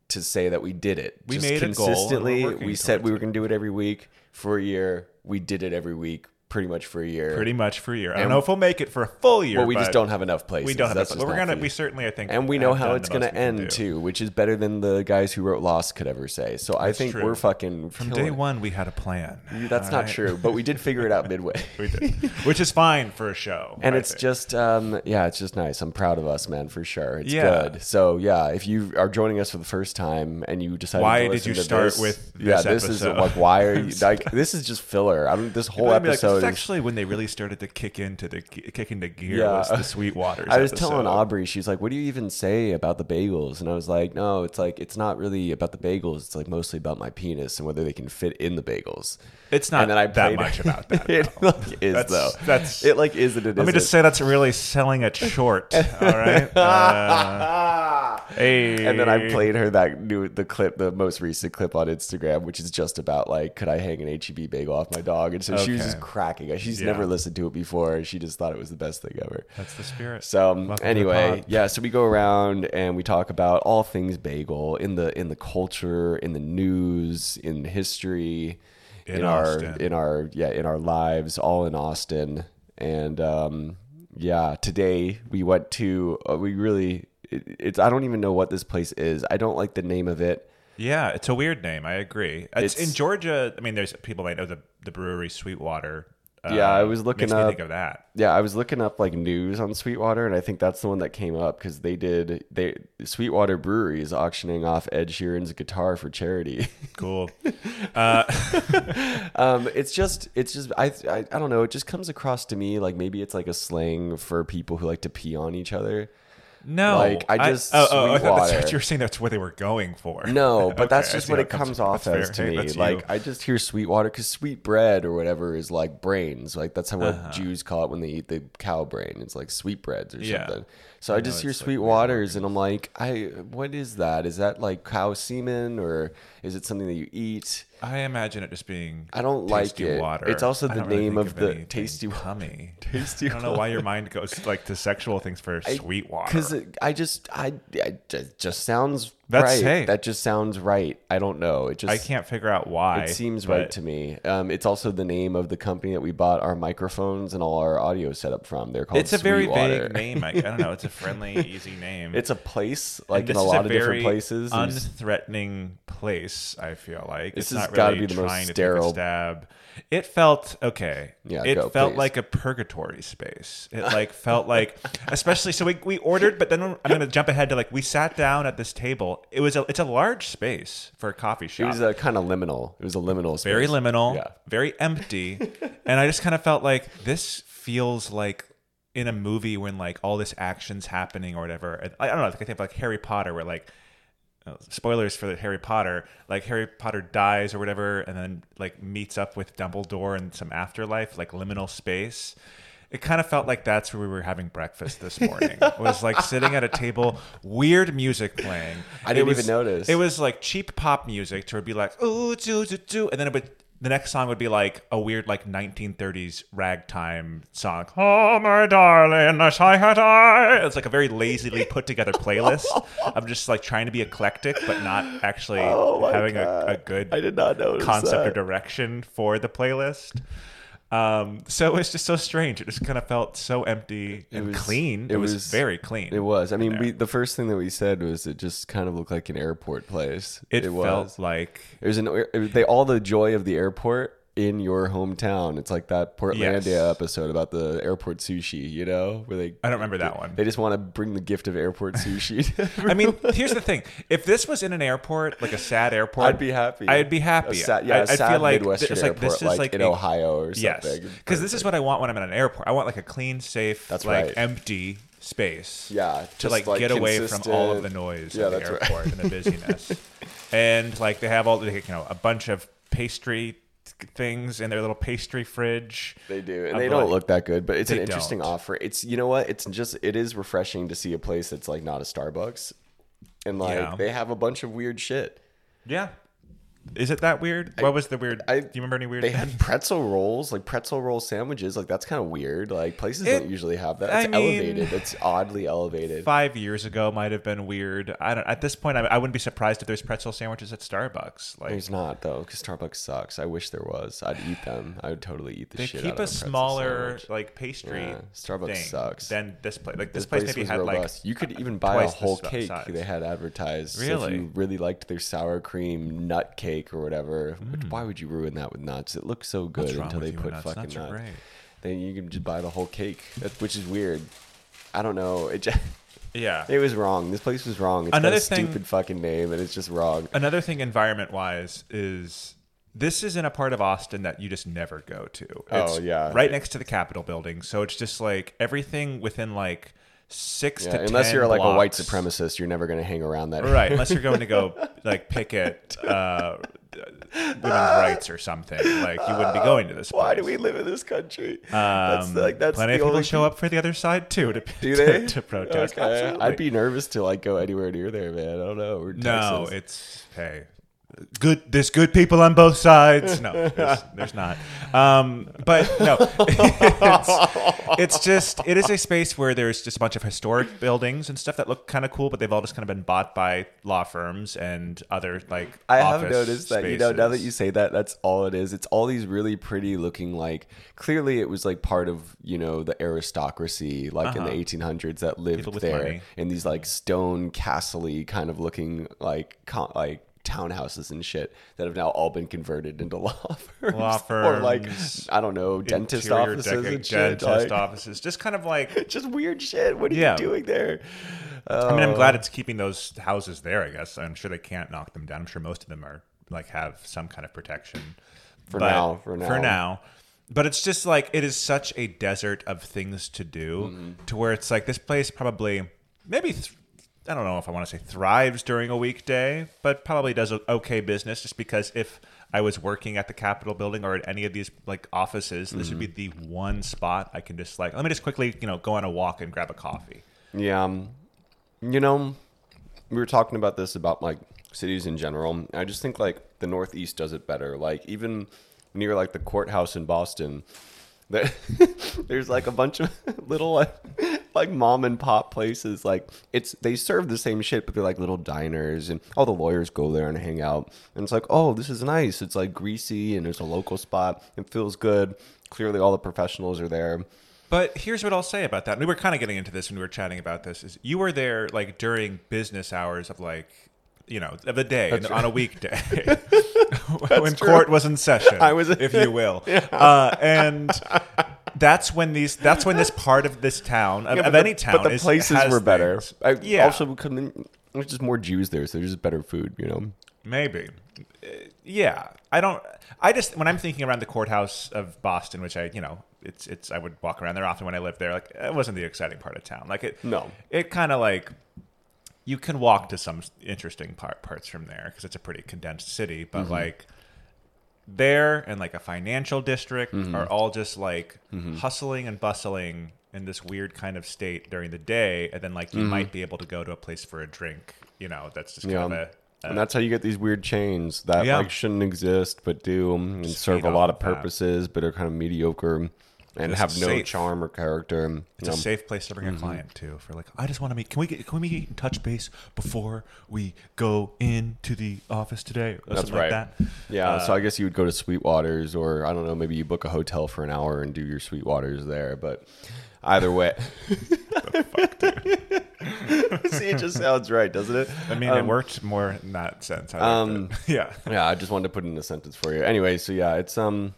Speaker 2: to say that we did it
Speaker 1: We
Speaker 2: just
Speaker 1: made a goal and we're
Speaker 2: consistently
Speaker 1: working
Speaker 2: we said
Speaker 1: towards
Speaker 2: we were going to do it every week for a year we did it every week pretty much for a year
Speaker 1: Pretty much for a year. I don't know if we'll make it for a full year.
Speaker 2: but we just
Speaker 1: but
Speaker 2: don't have enough places
Speaker 1: We don't have.
Speaker 2: That's
Speaker 1: But
Speaker 2: what's
Speaker 1: we're
Speaker 2: not
Speaker 1: gonna.
Speaker 2: fair.
Speaker 1: We certainly, I think,
Speaker 2: and we know
Speaker 1: have
Speaker 2: how
Speaker 1: done
Speaker 2: it's
Speaker 1: the most
Speaker 2: going to
Speaker 1: we can do.
Speaker 2: end too which is better than the guys who wrote lost could ever say so i think
Speaker 1: true.
Speaker 2: we're fucking
Speaker 1: From
Speaker 2: killing
Speaker 1: day
Speaker 2: it.
Speaker 1: one, we had a plan.
Speaker 2: that's
Speaker 1: All
Speaker 2: not
Speaker 1: right?
Speaker 2: true but we did figure it out midway
Speaker 1: [LAUGHS] We did.
Speaker 2: [LAUGHS]
Speaker 1: which is fine for a show.
Speaker 2: and
Speaker 1: I
Speaker 2: it's
Speaker 1: think.
Speaker 2: just um, yeah it's just nice i'm proud of us man for sure it's
Speaker 1: Yeah.
Speaker 2: good so yeah if you are joining us for the first time and you decided
Speaker 1: Why
Speaker 2: to
Speaker 1: did
Speaker 2: listen
Speaker 1: you
Speaker 2: to
Speaker 1: start
Speaker 2: this-
Speaker 1: with
Speaker 2: yeah
Speaker 1: this
Speaker 2: this is
Speaker 1: episode?
Speaker 2: like why
Speaker 1: [LAUGHS]
Speaker 2: are you like this is just filler i mean this
Speaker 1: But
Speaker 2: whole
Speaker 1: I'd be like,
Speaker 2: episode
Speaker 1: this is
Speaker 2: is
Speaker 1: actually when they really started to kick into the kick into gear
Speaker 2: Yeah.
Speaker 1: was the Sweetwaters.
Speaker 2: [LAUGHS] I was
Speaker 1: episode.
Speaker 2: telling Aubrey, she's like, "What do you even say about the bagels?" And I was like, "No, it's like it's not really about the bagels. It's like mostly about my penis and whether they can fit in the bagels."
Speaker 1: it's not
Speaker 2: and then I
Speaker 1: that
Speaker 2: played-
Speaker 1: much about that.
Speaker 2: it like is
Speaker 1: That's-
Speaker 2: though.
Speaker 1: that's-
Speaker 2: it. Like is it? [LAUGHS]
Speaker 1: Let
Speaker 2: It
Speaker 1: me
Speaker 2: isn't.
Speaker 1: just say that's really selling it
Speaker 2: [LAUGHS]
Speaker 1: short. All right. Uh,
Speaker 2: Ah!
Speaker 1: hey.
Speaker 2: And then I played her that new the clip, the most recent clip on Instagram, which is just about like, could I hang an HEB bagel off my dog? And so she was
Speaker 1: Okay.
Speaker 2: just cracking. She's
Speaker 1: Yeah.
Speaker 2: never listened to it before. She just thought it was the best thing ever.
Speaker 1: That's the spirit.
Speaker 2: So um,
Speaker 1: Welcome to the
Speaker 2: anyway,
Speaker 1: pod.
Speaker 2: yeah. So we go around and we talk about all things bagel in the in the culture, in the news, in history, in,
Speaker 1: In
Speaker 2: our
Speaker 1: Austin.
Speaker 2: in our yeah in our lives, all in Austin. And um, yeah, today we went to uh, we really it, it's I don't even know what this place is. I don't like the name of it.
Speaker 1: Yeah, it's a weird name. I agree. It's,
Speaker 2: It's-
Speaker 1: in Georgia. I mean, there's people might know the the brewery Sweetwater. Uh,
Speaker 2: Yeah, I was looking
Speaker 1: makes
Speaker 2: up-
Speaker 1: Me think of that.
Speaker 2: Yeah, I was looking up like news on Sweetwater, and I think that's the one that came up because they did they Sweetwater Brewery is auctioning off Ed Sheeran's guitar for charity. [LAUGHS]
Speaker 1: Cool.
Speaker 2: um, it's just it's just I, I I don't know. It just comes across to me like maybe it's like a slang for people who like to pee on each other.
Speaker 1: [LAUGHS] No,
Speaker 2: Like, I just
Speaker 1: oh, oh, I thought that's
Speaker 2: Sweetwater.
Speaker 1: what you were saying. That's what they were going for.
Speaker 2: No,
Speaker 1: [LAUGHS]
Speaker 2: but that's
Speaker 1: Okay, I
Speaker 2: just
Speaker 1: see
Speaker 2: what
Speaker 1: how
Speaker 2: it comes
Speaker 1: from.
Speaker 2: off
Speaker 1: That's
Speaker 2: as
Speaker 1: fair.
Speaker 2: to
Speaker 1: Hey,
Speaker 2: me.
Speaker 1: that's you.
Speaker 2: like I just hear Sweetwater because sweet bread or whatever is like brains. Like that's how
Speaker 1: Uh-huh.
Speaker 2: what Jews call it when they eat the cow brain. It's like sweet breads or
Speaker 1: Yeah.
Speaker 2: something. So I, just hear
Speaker 1: it's, like,
Speaker 2: sweet
Speaker 1: weird
Speaker 2: waters and I'm like, I what is that? Is that like cow semen or is it something that you eat?
Speaker 1: I imagine it just being.
Speaker 2: I don't
Speaker 1: tasty
Speaker 2: like it.
Speaker 1: Water.
Speaker 2: It's also
Speaker 1: I
Speaker 2: the
Speaker 1: don't really
Speaker 2: name
Speaker 1: think
Speaker 2: of the
Speaker 1: anything
Speaker 2: tasty wa-
Speaker 1: Yummy.
Speaker 2: [LAUGHS] Tasty
Speaker 1: I don't know why your mind goes like to sexual things for sweet water.
Speaker 2: Because I just I, I it just sounds
Speaker 1: That's-
Speaker 2: right.
Speaker 1: hey.
Speaker 2: That just sounds right. I don't know. It just
Speaker 1: I can't figure out why.
Speaker 2: It seems
Speaker 1: but
Speaker 2: right to me. Um, it's also the name of the company that we bought our microphones and all our audio setup from. They're called.
Speaker 1: It's a very
Speaker 2: Sweetwater.
Speaker 1: vague name. I, I don't
Speaker 2: [LAUGHS]
Speaker 1: know. It's a friendly, easy name.
Speaker 2: It's a place,
Speaker 1: And
Speaker 2: like in
Speaker 1: this
Speaker 2: a
Speaker 1: is
Speaker 2: lot of
Speaker 1: very
Speaker 2: different places. and s-
Speaker 1: Unthreatening place. I feel like
Speaker 2: This
Speaker 1: it's
Speaker 2: has
Speaker 1: not
Speaker 2: gotta
Speaker 1: really
Speaker 2: be the most
Speaker 1: trying to take
Speaker 2: sterile-
Speaker 1: a stab. It felt okay.
Speaker 2: Yeah,
Speaker 1: it
Speaker 2: go,
Speaker 1: felt
Speaker 2: please.
Speaker 1: like a purgatory space. It like felt like, especially so we, we ordered, but then I'm gonna jump ahead to like we sat down at this table. It was a it's a large space for a coffee
Speaker 2: it
Speaker 1: shop
Speaker 2: was a kind of liminal. It was a liminal space.
Speaker 1: very liminal,
Speaker 2: Yeah.
Speaker 1: very
Speaker 2: [LAUGHS]
Speaker 1: empty. and I just kind of felt like this feels like in a movie when like all this action's happening or whatever. And I, I don't know. Like I think of, like Harry Potter, where like uh, spoilers for the Harry Potter, like Harry Potter dies or whatever, and then like meets up with Dumbledore in some afterlife, like liminal space. It kind of felt like that's where we were having breakfast this morning. It was like sitting at a table, weird music playing.
Speaker 2: [LAUGHS] I didn't
Speaker 1: It was-
Speaker 2: even notice.
Speaker 1: It was like cheap pop music to be like ooh do do do, and then it would. The next song would be like a weird like 1930s ragtime song. Oh my darling, I say her die. It's like a very lazily put together
Speaker 2: [LAUGHS]
Speaker 1: playlist. I'm just like trying to be eclectic, but not actually
Speaker 2: Oh my
Speaker 1: having a,
Speaker 2: God.
Speaker 1: a good
Speaker 2: I did not notice
Speaker 1: concept
Speaker 2: that.
Speaker 1: or direction for the playlist. Um, so it's just so strange. It just kind of felt so empty and
Speaker 2: was-
Speaker 1: clean. It,
Speaker 2: it
Speaker 1: was,
Speaker 2: was-
Speaker 1: very clean.
Speaker 2: It was. I mean, we, the first thing that we said was it just kind of looked like an airport place.
Speaker 1: It, felt
Speaker 2: was.
Speaker 1: like
Speaker 2: It was an. It, they all the joy of the airport in your hometown. It's like that Portlandia
Speaker 1: Yes.
Speaker 2: episode about the airport sushi. You know, where they
Speaker 1: I don't remember that one.
Speaker 2: They just want to bring the gift of airport sushi. [LAUGHS]
Speaker 1: [LAUGHS]
Speaker 2: to
Speaker 1: I mean, here's the thing: if this was in an airport, like a sad airport,
Speaker 2: I'd be happy.
Speaker 1: I'd be happy.
Speaker 2: A sad, yeah,
Speaker 1: I,
Speaker 2: a
Speaker 1: I'd
Speaker 2: sad
Speaker 1: feel like
Speaker 2: Midwestern
Speaker 1: it's like
Speaker 2: airport,
Speaker 1: this is like,
Speaker 2: in
Speaker 1: a-
Speaker 2: Ohio or
Speaker 1: Yes,
Speaker 2: something.
Speaker 1: because this is what I want when I'm at an airport. I want like a clean, safe,
Speaker 2: That's
Speaker 1: like
Speaker 2: right.
Speaker 1: empty space.
Speaker 2: Yeah,
Speaker 1: to
Speaker 2: just,
Speaker 1: like,
Speaker 2: like,
Speaker 1: get away from all of
Speaker 2: consistent-
Speaker 1: the noise
Speaker 2: Yeah,
Speaker 1: of the
Speaker 2: that's right.
Speaker 1: airport and
Speaker 2: [LAUGHS]
Speaker 1: the busyness. and like they have all the you know a bunch of pastry things in their little pastry fridge.
Speaker 2: They do, and
Speaker 1: I'm
Speaker 2: they don't
Speaker 1: like-
Speaker 2: look that good, but it's an
Speaker 1: They
Speaker 2: interesting
Speaker 1: don't.
Speaker 2: offer. It's you know what? It's just it is refreshing to see a place that's like not a Starbucks, and like
Speaker 1: Yeah.
Speaker 2: they have a bunch of weird shit.
Speaker 1: Yeah. Is it that weird? what was the weird?
Speaker 2: I-
Speaker 1: do you remember any weird?
Speaker 2: They
Speaker 1: thing? [LAUGHS]
Speaker 2: had pretzel rolls, like pretzel roll sandwiches. Like that's kind of weird. Like places
Speaker 1: It-
Speaker 2: don't usually have that.
Speaker 1: I
Speaker 2: It's
Speaker 1: mean-
Speaker 2: elevated. It's oddly elevated.
Speaker 1: five years ago might have been weird. I don't. At this point, I, I wouldn't be surprised if there's pretzel sandwiches at Starbucks. Like
Speaker 2: There's not though, because Starbucks sucks. I wish there was. I'd eat them. I would totally eat the
Speaker 1: they
Speaker 2: shit
Speaker 1: keep
Speaker 2: out of
Speaker 1: a
Speaker 2: pretzel
Speaker 1: smaller
Speaker 2: sandwich.
Speaker 1: like pastry.
Speaker 2: Yeah, Starbucks
Speaker 1: thing
Speaker 2: sucks.
Speaker 1: Than this place. Like this,
Speaker 2: This place,
Speaker 1: place maybe
Speaker 2: was
Speaker 1: had
Speaker 2: robust.
Speaker 1: like uh,
Speaker 2: you could even buy a
Speaker 1: twice the
Speaker 2: whole
Speaker 1: si-
Speaker 2: cake
Speaker 1: size.
Speaker 2: they had advertised. So if
Speaker 1: Really?
Speaker 2: you really liked their sour cream nut cake or whatever, which, why would you ruin that with nuts? It looks so good
Speaker 1: Hmm. wrong
Speaker 2: until
Speaker 1: with
Speaker 2: they
Speaker 1: you and
Speaker 2: put
Speaker 1: nuts?
Speaker 2: fucking
Speaker 1: Nuts
Speaker 2: nuts.
Speaker 1: are great.
Speaker 2: Then you can just buy the whole cake, that- which is weird. I don't know. It [LAUGHS] just,
Speaker 1: yeah.
Speaker 2: it was wrong. This place was wrong. It's
Speaker 1: Another
Speaker 2: got a
Speaker 1: thing-
Speaker 2: stupid fucking name, and it's just wrong.
Speaker 1: Another thing, environment wise, is this is in a part of Austin that you just never go to. It's
Speaker 2: Oh, yeah.
Speaker 1: right next to the Capitol building. So it's just like everything within like six
Speaker 2: Yeah,
Speaker 1: to
Speaker 2: unless
Speaker 1: 10
Speaker 2: you're like a white
Speaker 1: blocks.
Speaker 2: supremacist, you're never going to hang around that.
Speaker 1: Right, unless you're going to go like picket uh, women's rights or something, like you wouldn't be going to this. Place.
Speaker 2: [LAUGHS] Ah. Why do we live in this country?
Speaker 1: Um, plenty of people show up for the other side too to [LAUGHS]
Speaker 2: Do
Speaker 1: to-
Speaker 2: they
Speaker 1: to, protest.
Speaker 2: Okay.
Speaker 1: Absolutely.
Speaker 2: I'd be nervous to like go anywhere near there, man. I don't know. We're
Speaker 1: no,
Speaker 2: Texas.
Speaker 1: it's hey, good. There's good people on both sides.
Speaker 2: [LAUGHS]
Speaker 1: No, there's, there's not. Um, but no, [LAUGHS] it's, it's just it is a space where there's just a bunch of historic buildings and stuff that look kind of cool, but they've all just kind of been bought by law firms and other like.
Speaker 2: I have
Speaker 1: office
Speaker 2: noticed that you know now that
Speaker 1: spaces.
Speaker 2: you say that that's all it is. It's all these really pretty looking like clearly it was like part of you know the aristocracy like in the 1800s that lived
Speaker 1: Uh-huh. with
Speaker 2: there
Speaker 1: money.
Speaker 2: in these like stone castle kind of looking like con- like townhouses and shit that have now all been converted into [LAUGHS] law firms,
Speaker 1: Law
Speaker 2: [LAUGHS] or like
Speaker 1: firms,
Speaker 2: I don't know dentist
Speaker 1: interior
Speaker 2: offices
Speaker 1: deco-
Speaker 2: and shit.
Speaker 1: dentist
Speaker 2: like,
Speaker 1: offices, just kind of like.
Speaker 2: [LAUGHS] just weird shit. What are
Speaker 1: Yeah.
Speaker 2: you doing there?
Speaker 1: I mean, I'm glad it's keeping those houses there. I guess I'm sure they can't knock them down. I'm sure most of them are like have some kind of protection
Speaker 2: For now,
Speaker 1: For
Speaker 2: for now.
Speaker 1: now. But it's just
Speaker 2: Mm-hmm.
Speaker 1: like it is such a desert of things to do, to where it's like this place probably maybe th- I don't know if I want to say thrives during a weekday, but probably does o- okay business just because if I was working at the Capitol building or at any of these like offices, this would be the
Speaker 2: Mm-hmm.
Speaker 1: one spot I can just like let me just quickly, you know, go on a walk and grab a coffee.
Speaker 2: Yeah. um, You know, we were talking about this about like cities in general. and I just think like the Northeast does it better. Like even near like the courthouse in Boston, [LAUGHS] there, there's like a bunch of [LAUGHS] little like, like mom and pop places. Like it's they serve the same shit, but they're like little diners, and all the lawyers go there and hang out. And it's like, oh, this is nice. It's like greasy, and there's a local spot. It feels good. Clearly, all the professionals are there.
Speaker 1: But here's what I'll say about that. And we were kind of getting into this when we were chatting about this. Is you were there like during business hours of like, you know, of the day and on a
Speaker 2: [LAUGHS]
Speaker 1: weekday [LAUGHS] when court was in session.
Speaker 2: I was-
Speaker 1: if you will, uh,
Speaker 2: [LAUGHS]
Speaker 1: and that's when these. That's when this part of this town of,
Speaker 2: Yeah,
Speaker 1: of
Speaker 2: but
Speaker 1: any
Speaker 2: the-
Speaker 1: town,
Speaker 2: But the
Speaker 1: is-
Speaker 2: places
Speaker 1: has
Speaker 2: were better.
Speaker 1: things.
Speaker 2: I,
Speaker 1: yeah,
Speaker 2: Also, we couldn't- there's just more Jews there, so there's just better food. You know.
Speaker 1: Maybe. Uh, yeah. I don't. I just when I'm thinking around the courthouse of Boston, which I you know it's it's I would walk around there often when I lived there. Like it wasn't the exciting part of town. Like it.
Speaker 2: No.
Speaker 1: It kind of like you can walk to some interesting part parts from there because it's a pretty condensed city. But
Speaker 2: Mm-hmm.
Speaker 1: like there and like a financial district
Speaker 2: Mm-hmm.
Speaker 1: are all just like hustling and bustling in this weird kind of state during the day, and then like you might be able to go to a place for a drink. You know, that's just kind
Speaker 2: Mm-hmm. Yeah.
Speaker 1: of a. a
Speaker 2: and that's how you get these weird chains that
Speaker 1: Yeah.
Speaker 2: like shouldn't exist but do and serve
Speaker 1: feed
Speaker 2: a lot
Speaker 1: off
Speaker 2: of
Speaker 1: of that.
Speaker 2: purposes but are kind of mediocre and
Speaker 1: Just
Speaker 2: have no
Speaker 1: safe.
Speaker 2: charm or character. you
Speaker 1: It's
Speaker 2: know. mm-hmm.
Speaker 1: a safe place to bring a client to for like I just want to meet. Can we get, can we meet and touch base before we go into the office today? Or
Speaker 2: That's
Speaker 1: something
Speaker 2: right.
Speaker 1: Like that. Uh,
Speaker 2: yeah, so I guess you would go to Sweetwater's, or I don't know, maybe you book a hotel for an hour and do your Sweetwater's there. But
Speaker 1: [LAUGHS]
Speaker 2: either way, [LAUGHS] see, it just sounds right, doesn't it?
Speaker 1: I mean, it worked more in that [LAUGHS] sense. I liked
Speaker 2: um,
Speaker 1: it. yeah.
Speaker 2: Yeah, I just wanted to put in a sentence for you. Anyway, so yeah, it's um,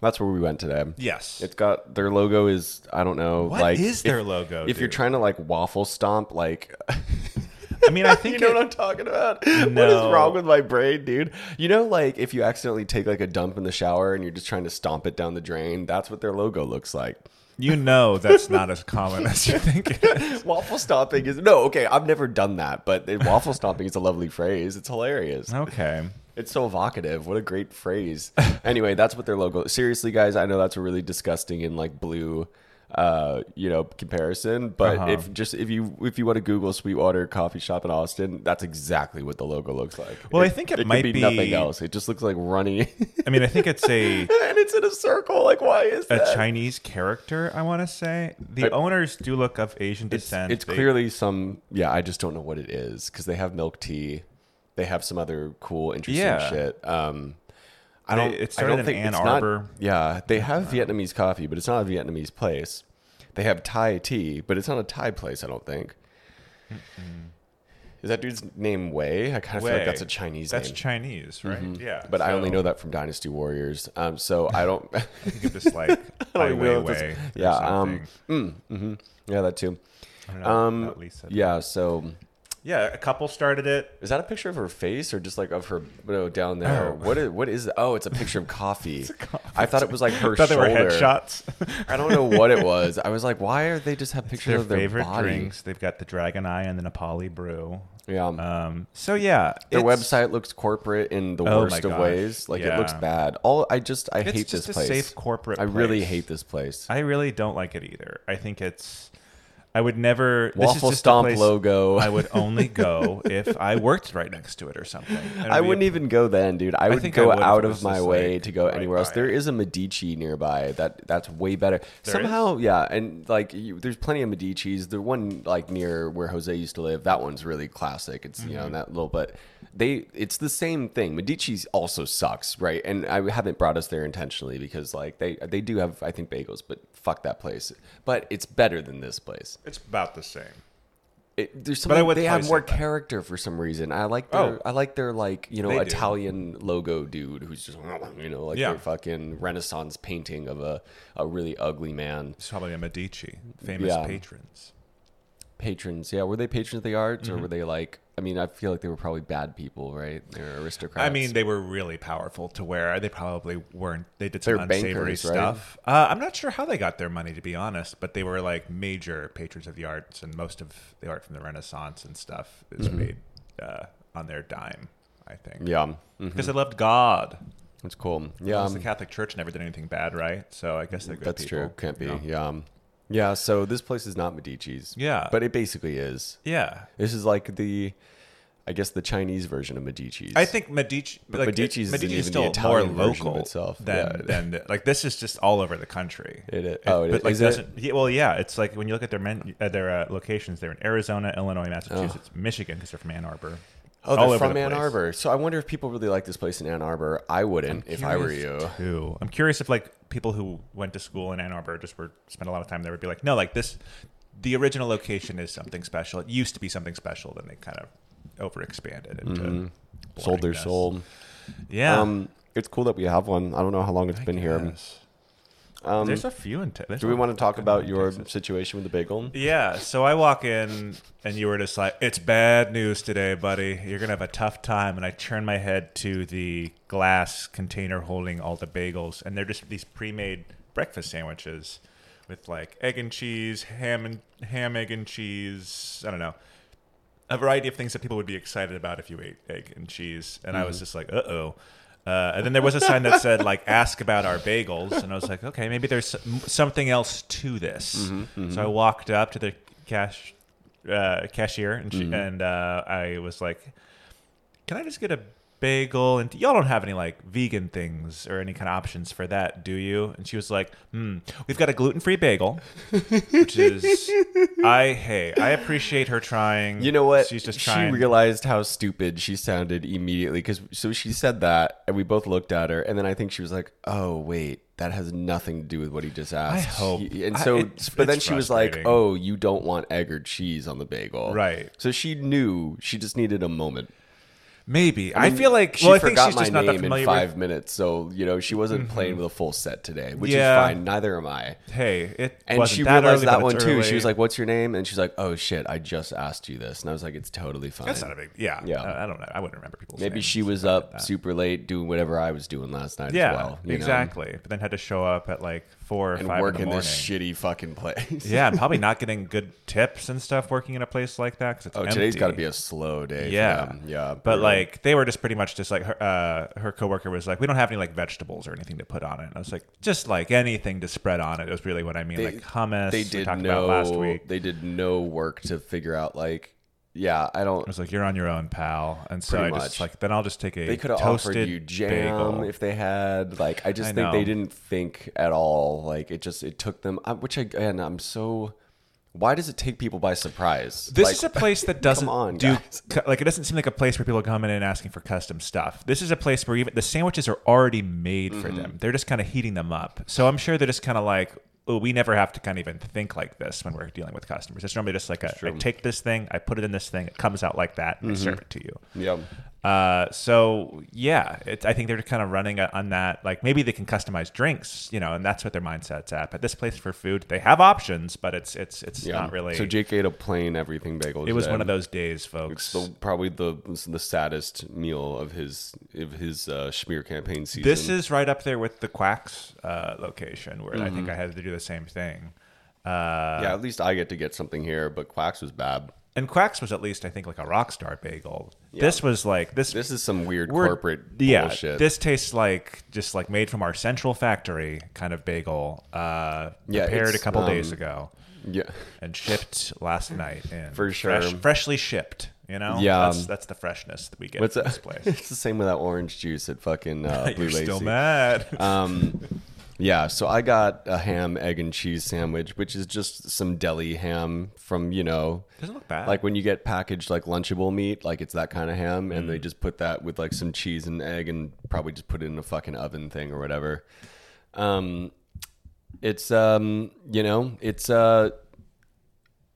Speaker 2: that's where we went today.
Speaker 1: Yes.
Speaker 2: It's got their logo is I don't know
Speaker 1: What
Speaker 2: like
Speaker 1: is their
Speaker 2: if,
Speaker 1: logo?
Speaker 2: If you're
Speaker 1: dude?
Speaker 2: trying to like waffle stomp, like [LAUGHS]
Speaker 1: I mean, I think
Speaker 2: you know
Speaker 1: it-
Speaker 2: what I'm talking about. What
Speaker 1: No.
Speaker 2: is wrong with my brain, dude? You know, like if you accidentally take like a dump in the shower and you're just trying to stomp it down the drain, that's what their logo looks
Speaker 1: [LAUGHS]
Speaker 2: like.
Speaker 1: you know that's not as common as you think. It
Speaker 2: [LAUGHS]
Speaker 1: is.
Speaker 2: Waffle stomping is no okay. I've never done that, but the waffle stomping is a lovely phrase. It's hilarious.
Speaker 1: Okay.
Speaker 2: It's so evocative. What a great phrase. [LAUGHS] anyway, that's what their logo. Seriously, guys, I know that's a really disgusting and like blue, uh, you know, comparison. But
Speaker 1: Uh-huh.
Speaker 2: if just if you if you want to Google Sweetwater Coffee Shop in Austin, that's exactly what the logo looks like.
Speaker 1: Well, I think it
Speaker 2: could
Speaker 1: might be-
Speaker 2: nothing else. It just looks like runny, [LAUGHS] and
Speaker 1: I mean, I think it's a
Speaker 2: it's in a circle. Like, why is
Speaker 1: a
Speaker 2: that?
Speaker 1: Chinese character. I want to say the owners do look of Asian
Speaker 2: it's,
Speaker 1: descent.
Speaker 2: it's
Speaker 1: They-
Speaker 2: clearly some. Yeah, I just don't know what it is because they have milk tea. They have some other cool, interesting
Speaker 1: Yeah.
Speaker 2: shit. Um, I
Speaker 1: They-
Speaker 2: don't.
Speaker 1: it
Speaker 2: I
Speaker 1: started
Speaker 2: don't
Speaker 1: in
Speaker 2: think
Speaker 1: Ann
Speaker 2: it's not-
Speaker 1: Arbor.
Speaker 2: yeah, they have Vietnamese coffee, but it's not a Vietnamese place. They have Thai tea, but it's not a Thai place. I don't think. Is that dude's name Wei? I kind of feel
Speaker 1: Wei.
Speaker 2: like that's a Chinese
Speaker 1: That's
Speaker 2: name.
Speaker 1: Chinese, right? Yeah.
Speaker 2: Mm-hmm. but I only
Speaker 1: so
Speaker 2: know that from Dynasty Warriors. Um, so I don't. [LAUGHS]
Speaker 1: I think of this like
Speaker 2: I
Speaker 1: highway
Speaker 2: don't
Speaker 1: way.
Speaker 2: know if it's- yeah, um, hmm yeah, that too.
Speaker 1: I don't know
Speaker 2: Um,
Speaker 1: about Lisa. Yeah.
Speaker 2: yeah. So
Speaker 1: a couple started it.
Speaker 2: Is that a picture of her face or just like of her you know, down there?
Speaker 1: Oh.
Speaker 2: What is what is oh, it's a picture
Speaker 1: [LAUGHS]
Speaker 2: of coffee. I thought it was like her
Speaker 1: Thought they
Speaker 2: shoulder.
Speaker 1: were headshots. [LAUGHS]
Speaker 2: I don't know what it was. I was like, why are they just have pictures
Speaker 1: Their
Speaker 2: of their
Speaker 1: favorite
Speaker 2: body?
Speaker 1: drinks. They've got the Dragon Eye and the Nepali Brew.
Speaker 2: Yeah.
Speaker 1: Um, so yeah,
Speaker 2: their
Speaker 1: it's-
Speaker 2: website looks corporate in the
Speaker 1: Oh my
Speaker 2: worst of
Speaker 1: gosh.
Speaker 2: ways. Like it looks
Speaker 1: Yeah.
Speaker 2: bad. All I just I hate
Speaker 1: just
Speaker 2: this
Speaker 1: a
Speaker 2: place.
Speaker 1: safe corporate
Speaker 2: I really
Speaker 1: place.
Speaker 2: hate this place.
Speaker 1: I really don't like it either. I think it's. I would never this is
Speaker 2: Waffle
Speaker 1: just a
Speaker 2: stomp
Speaker 1: place
Speaker 2: logo.
Speaker 1: I
Speaker 2: [LAUGHS]
Speaker 1: would only go if I worked right next to it or something. And
Speaker 2: I
Speaker 1: we-
Speaker 2: wouldn't even go then, dude. I would
Speaker 1: think I
Speaker 2: go
Speaker 1: would if
Speaker 2: out
Speaker 1: it was
Speaker 2: of my
Speaker 1: just,
Speaker 2: way
Speaker 1: like,
Speaker 2: to go
Speaker 1: right
Speaker 2: anywhere else.
Speaker 1: by
Speaker 2: There is a Medici nearby. That that's way better.
Speaker 1: There
Speaker 2: Somehow, yeah, and like you, there's plenty of Medici's. The one like near where Jose used to live, that one's really classic. It's you know
Speaker 1: Mm-hmm.
Speaker 2: that little, but they it's the same thing. Medici's also sucks, right? And I haven't brought us there intentionally because like they they do have I think bagels, but fuck that place. But it's better than this place.
Speaker 1: It's about the same.
Speaker 2: It, there's
Speaker 1: I
Speaker 2: something,
Speaker 1: would
Speaker 2: they
Speaker 1: probably
Speaker 2: have more
Speaker 1: say that.
Speaker 2: character for some reason. I like their,
Speaker 1: Oh.
Speaker 2: I like their like you know
Speaker 1: They do.
Speaker 2: Italian logo dude who's just [LAUGHS] you know like
Speaker 1: Yeah.
Speaker 2: their fucking Renaissance painting of a a really ugly man.
Speaker 1: It's probably a Medici, famous
Speaker 2: Yeah.
Speaker 1: patrons.
Speaker 2: patrons. Yeah, were they patrons of the arts,
Speaker 1: Mm-hmm.
Speaker 2: or were they like? I mean, I feel like they were probably bad people, right? They were aristocrats.
Speaker 1: I mean, they were really powerful to where uh, they probably weren't. They did some
Speaker 2: They were
Speaker 1: unsavory
Speaker 2: bankers, right?
Speaker 1: stuff. Uh, I'm not sure how they got their money, to be honest, but they were like major patrons of the arts, and most of the art from the Renaissance and stuff is made uh, on their dime, I think.
Speaker 2: Mm-hmm. yeah, Mm,
Speaker 1: Because they loved God.
Speaker 2: that's cool. Yeah,
Speaker 1: Yeah,
Speaker 2: um,
Speaker 1: the Catholic Church never did anything bad, right? So I guess they're good
Speaker 2: that's
Speaker 1: people.
Speaker 2: true. Can't be.
Speaker 1: you know?
Speaker 2: Yeah, um, yeah. So this place is not Medici's.
Speaker 1: Yeah.
Speaker 2: but it basically is.
Speaker 1: Yeah.
Speaker 2: This is like the, I guess, the Chinese version of Medici's.
Speaker 1: I think Medici,
Speaker 2: But
Speaker 1: like,
Speaker 2: Medici's
Speaker 1: Medici's,
Speaker 2: isn't
Speaker 1: is
Speaker 2: even the
Speaker 1: still more
Speaker 2: Italian version of
Speaker 1: local
Speaker 2: itself.
Speaker 1: than
Speaker 2: Yeah.
Speaker 1: than the- like this is just all over the country.
Speaker 2: It is- oh, it
Speaker 1: but,
Speaker 2: is-
Speaker 1: like
Speaker 2: is it?
Speaker 1: doesn't yeah, well, yeah. It's like when you look at their men, uh, their uh, locations, they're in Arizona, Illinois, Massachusetts, Michigan, because they're from Ann Arbor.
Speaker 2: Oh,
Speaker 1: All
Speaker 2: they're
Speaker 1: over
Speaker 2: from
Speaker 1: the
Speaker 2: Ann
Speaker 1: place.
Speaker 2: Arbor. So I wonder if people really like this place in Ann Arbor. I wouldn't if I were you.
Speaker 1: Curious, too. I'm curious if like people who went to school in Ann Arbor just were spent a lot of time there would be like, no, like this, the original location is something special. It used to be something special, then they kind of overexpanded into
Speaker 2: Mm-hmm. Sold their
Speaker 1: blindness.
Speaker 2: soul.
Speaker 1: Yeah,
Speaker 2: Um, it's cool that we have one. I don't know how long it's been here.
Speaker 1: Yes.
Speaker 2: Um,
Speaker 1: there's a few in. Te-
Speaker 2: Do we want to talk about your situation with the bagel?
Speaker 1: Yeah, so I walk in and you were just like, "It's bad news today, buddy. You're gonna have a tough time." And I turn my head to the glass container holding all the bagels, and they're just these pre-made breakfast sandwiches with like egg and cheese, ham and ham, egg and cheese. I don't know, a variety of things that people would be excited about if you ate egg and cheese. And I was just like, "Uh oh." Uh, and then there was a sign that said like ask about our bagels and i was like okay maybe there's s- something else to this so i walked up to the cash uh, cashier and she and uh, i was like can i just get a bagel and y'all don't have any like vegan things or any kind of options for that do you and she was like hmm we've got a gluten-free bagel which is i hey i appreciate her trying
Speaker 2: You know what?
Speaker 1: she's just trying
Speaker 2: She realized how stupid she sounded immediately because so she said that, and we both looked at her, and then I think she was like, "Oh wait, that has nothing to do with what he just asked."
Speaker 1: hope-
Speaker 2: He- and
Speaker 1: I-
Speaker 2: so,
Speaker 1: it's-
Speaker 2: but then
Speaker 1: it's
Speaker 2: she was like,
Speaker 1: frustrating.
Speaker 2: "Oh, you don't want egg or cheese on the bagel,
Speaker 1: Right.
Speaker 2: So she knew she just needed a moment.
Speaker 1: maybe I, feel like
Speaker 2: She
Speaker 1: well, I think
Speaker 2: forgot
Speaker 1: she's just
Speaker 2: my
Speaker 1: not that
Speaker 2: name in
Speaker 1: familiar with Mm-hmm.
Speaker 2: five minutes, so you know she wasn't playing with a full set today, which
Speaker 1: Yeah.
Speaker 2: is fine. Neither am I.
Speaker 1: hey, it
Speaker 2: And
Speaker 1: wasn't
Speaker 2: she
Speaker 1: that
Speaker 2: realized
Speaker 1: early,
Speaker 2: that
Speaker 1: but
Speaker 2: one
Speaker 1: it's
Speaker 2: too.
Speaker 1: early.
Speaker 2: She was like, "What's your name?" And she's like, "Oh shit, I just asked you this." And I was like, "It's totally fine."
Speaker 1: "That's not a big, yeah,
Speaker 2: Yeah.
Speaker 1: I, I don't know. I wouldn't remember people's
Speaker 2: Maybe
Speaker 1: names.
Speaker 2: she was up super late doing whatever I was doing last night
Speaker 1: yeah,
Speaker 2: as well. you know?
Speaker 1: exactly. But then had to show up at like four or
Speaker 2: And
Speaker 1: five
Speaker 2: work
Speaker 1: in the
Speaker 2: in
Speaker 1: morning.
Speaker 2: this shitty fucking place.
Speaker 1: yeah, and probably not getting good tips and stuff working in a place like that because it's
Speaker 2: Oh,
Speaker 1: empty.
Speaker 2: today's got to be a slow day. for
Speaker 1: yeah,
Speaker 2: them. yeah.
Speaker 1: But
Speaker 2: brutal.
Speaker 1: like they were just pretty much just like her, uh, her coworker was like, we don't have any like vegetables or anything to put on it. And I was like, just like anything to spread on it is really what I mean. like hummus.
Speaker 2: they
Speaker 1: we
Speaker 2: did
Speaker 1: talked
Speaker 2: no,
Speaker 1: about last week.
Speaker 2: they did no work to figure out. Like, yeah, I don't.
Speaker 1: I was like, you're on your own, pal. And so
Speaker 2: Pretty
Speaker 1: I
Speaker 2: much.
Speaker 1: just like then I'll just take a
Speaker 2: They could have
Speaker 1: toasted
Speaker 2: offered you jam
Speaker 1: bagel.
Speaker 2: if they had. Like, I just
Speaker 1: I
Speaker 2: think they
Speaker 1: know.
Speaker 2: didn't think at all. Like, it just it took them. I- Which again, I'm so. Why does it take people by surprise?
Speaker 1: This
Speaker 2: Like,
Speaker 1: is a place
Speaker 2: [LAUGHS]
Speaker 1: that doesn't
Speaker 2: on,
Speaker 1: do
Speaker 2: guys.
Speaker 1: cu- like it doesn't seem like a place where people come in and asking for custom stuff. This is a place where even the sandwiches are already made
Speaker 2: Mm-hmm.
Speaker 1: for them. They're just kind of heating them up. So I'm sure they're just kind of like, oh, we never have to kind of even think like this when we're dealing with customers. It's normally just like a, I take this thing, I put it in this thing, it comes out like that,
Speaker 2: Mm-hmm.
Speaker 1: and I serve it to you.
Speaker 2: yeah.
Speaker 1: Uh, so yeah, it's, I think they're kind of running on that. Like maybe they can customize drinks, you know, and that's what their mindset's at. But this place for food, they have options, but it's it's it's
Speaker 2: Yeah.
Speaker 1: not really.
Speaker 2: So Jake ate a plain everything bagel.
Speaker 1: it was
Speaker 2: today.
Speaker 1: one of those days, folks.
Speaker 2: the probably the the saddest meal of his of his uh, smear campaign season.
Speaker 1: This is right up there with the Quacks uh, location, where I think
Speaker 2: Mm-hmm.
Speaker 1: I had to do the same thing. Uh,
Speaker 2: yeah. At least I get to get something here, but Quacks was bad.
Speaker 1: and Quacks was at least I think like a rock star bagel. This was like this.
Speaker 2: This is some weird
Speaker 1: we're-
Speaker 2: corporate
Speaker 1: yeah,
Speaker 2: bullshit.
Speaker 1: This tastes like just like made from our central factory kind of bagel. Uh,
Speaker 2: Yeah,
Speaker 1: prepared a
Speaker 2: it's,
Speaker 1: couple
Speaker 2: um,
Speaker 1: days ago.
Speaker 2: yeah, [LAUGHS]
Speaker 1: and shipped last night. And
Speaker 2: For sure.
Speaker 1: fresh, freshly shipped. You know,
Speaker 2: Yeah.
Speaker 1: that's, that's the freshness that we get
Speaker 2: what's
Speaker 1: from
Speaker 2: that?
Speaker 1: this place.
Speaker 2: [LAUGHS] it's the same with that orange juice at fucking uh,
Speaker 1: [LAUGHS]
Speaker 2: Blue
Speaker 1: You're
Speaker 2: Lazy.
Speaker 1: still mad.
Speaker 2: Um, yeah, so I got a ham, egg, and cheese sandwich, which is just some deli ham from you know
Speaker 1: Doesn't look bad.
Speaker 2: like when you get packaged like lunchable meat like it's that kind of ham and they
Speaker 1: Mm.
Speaker 2: just put that with like some cheese and egg and probably just put it in a fucking oven thing or whatever um it's um you know it's uh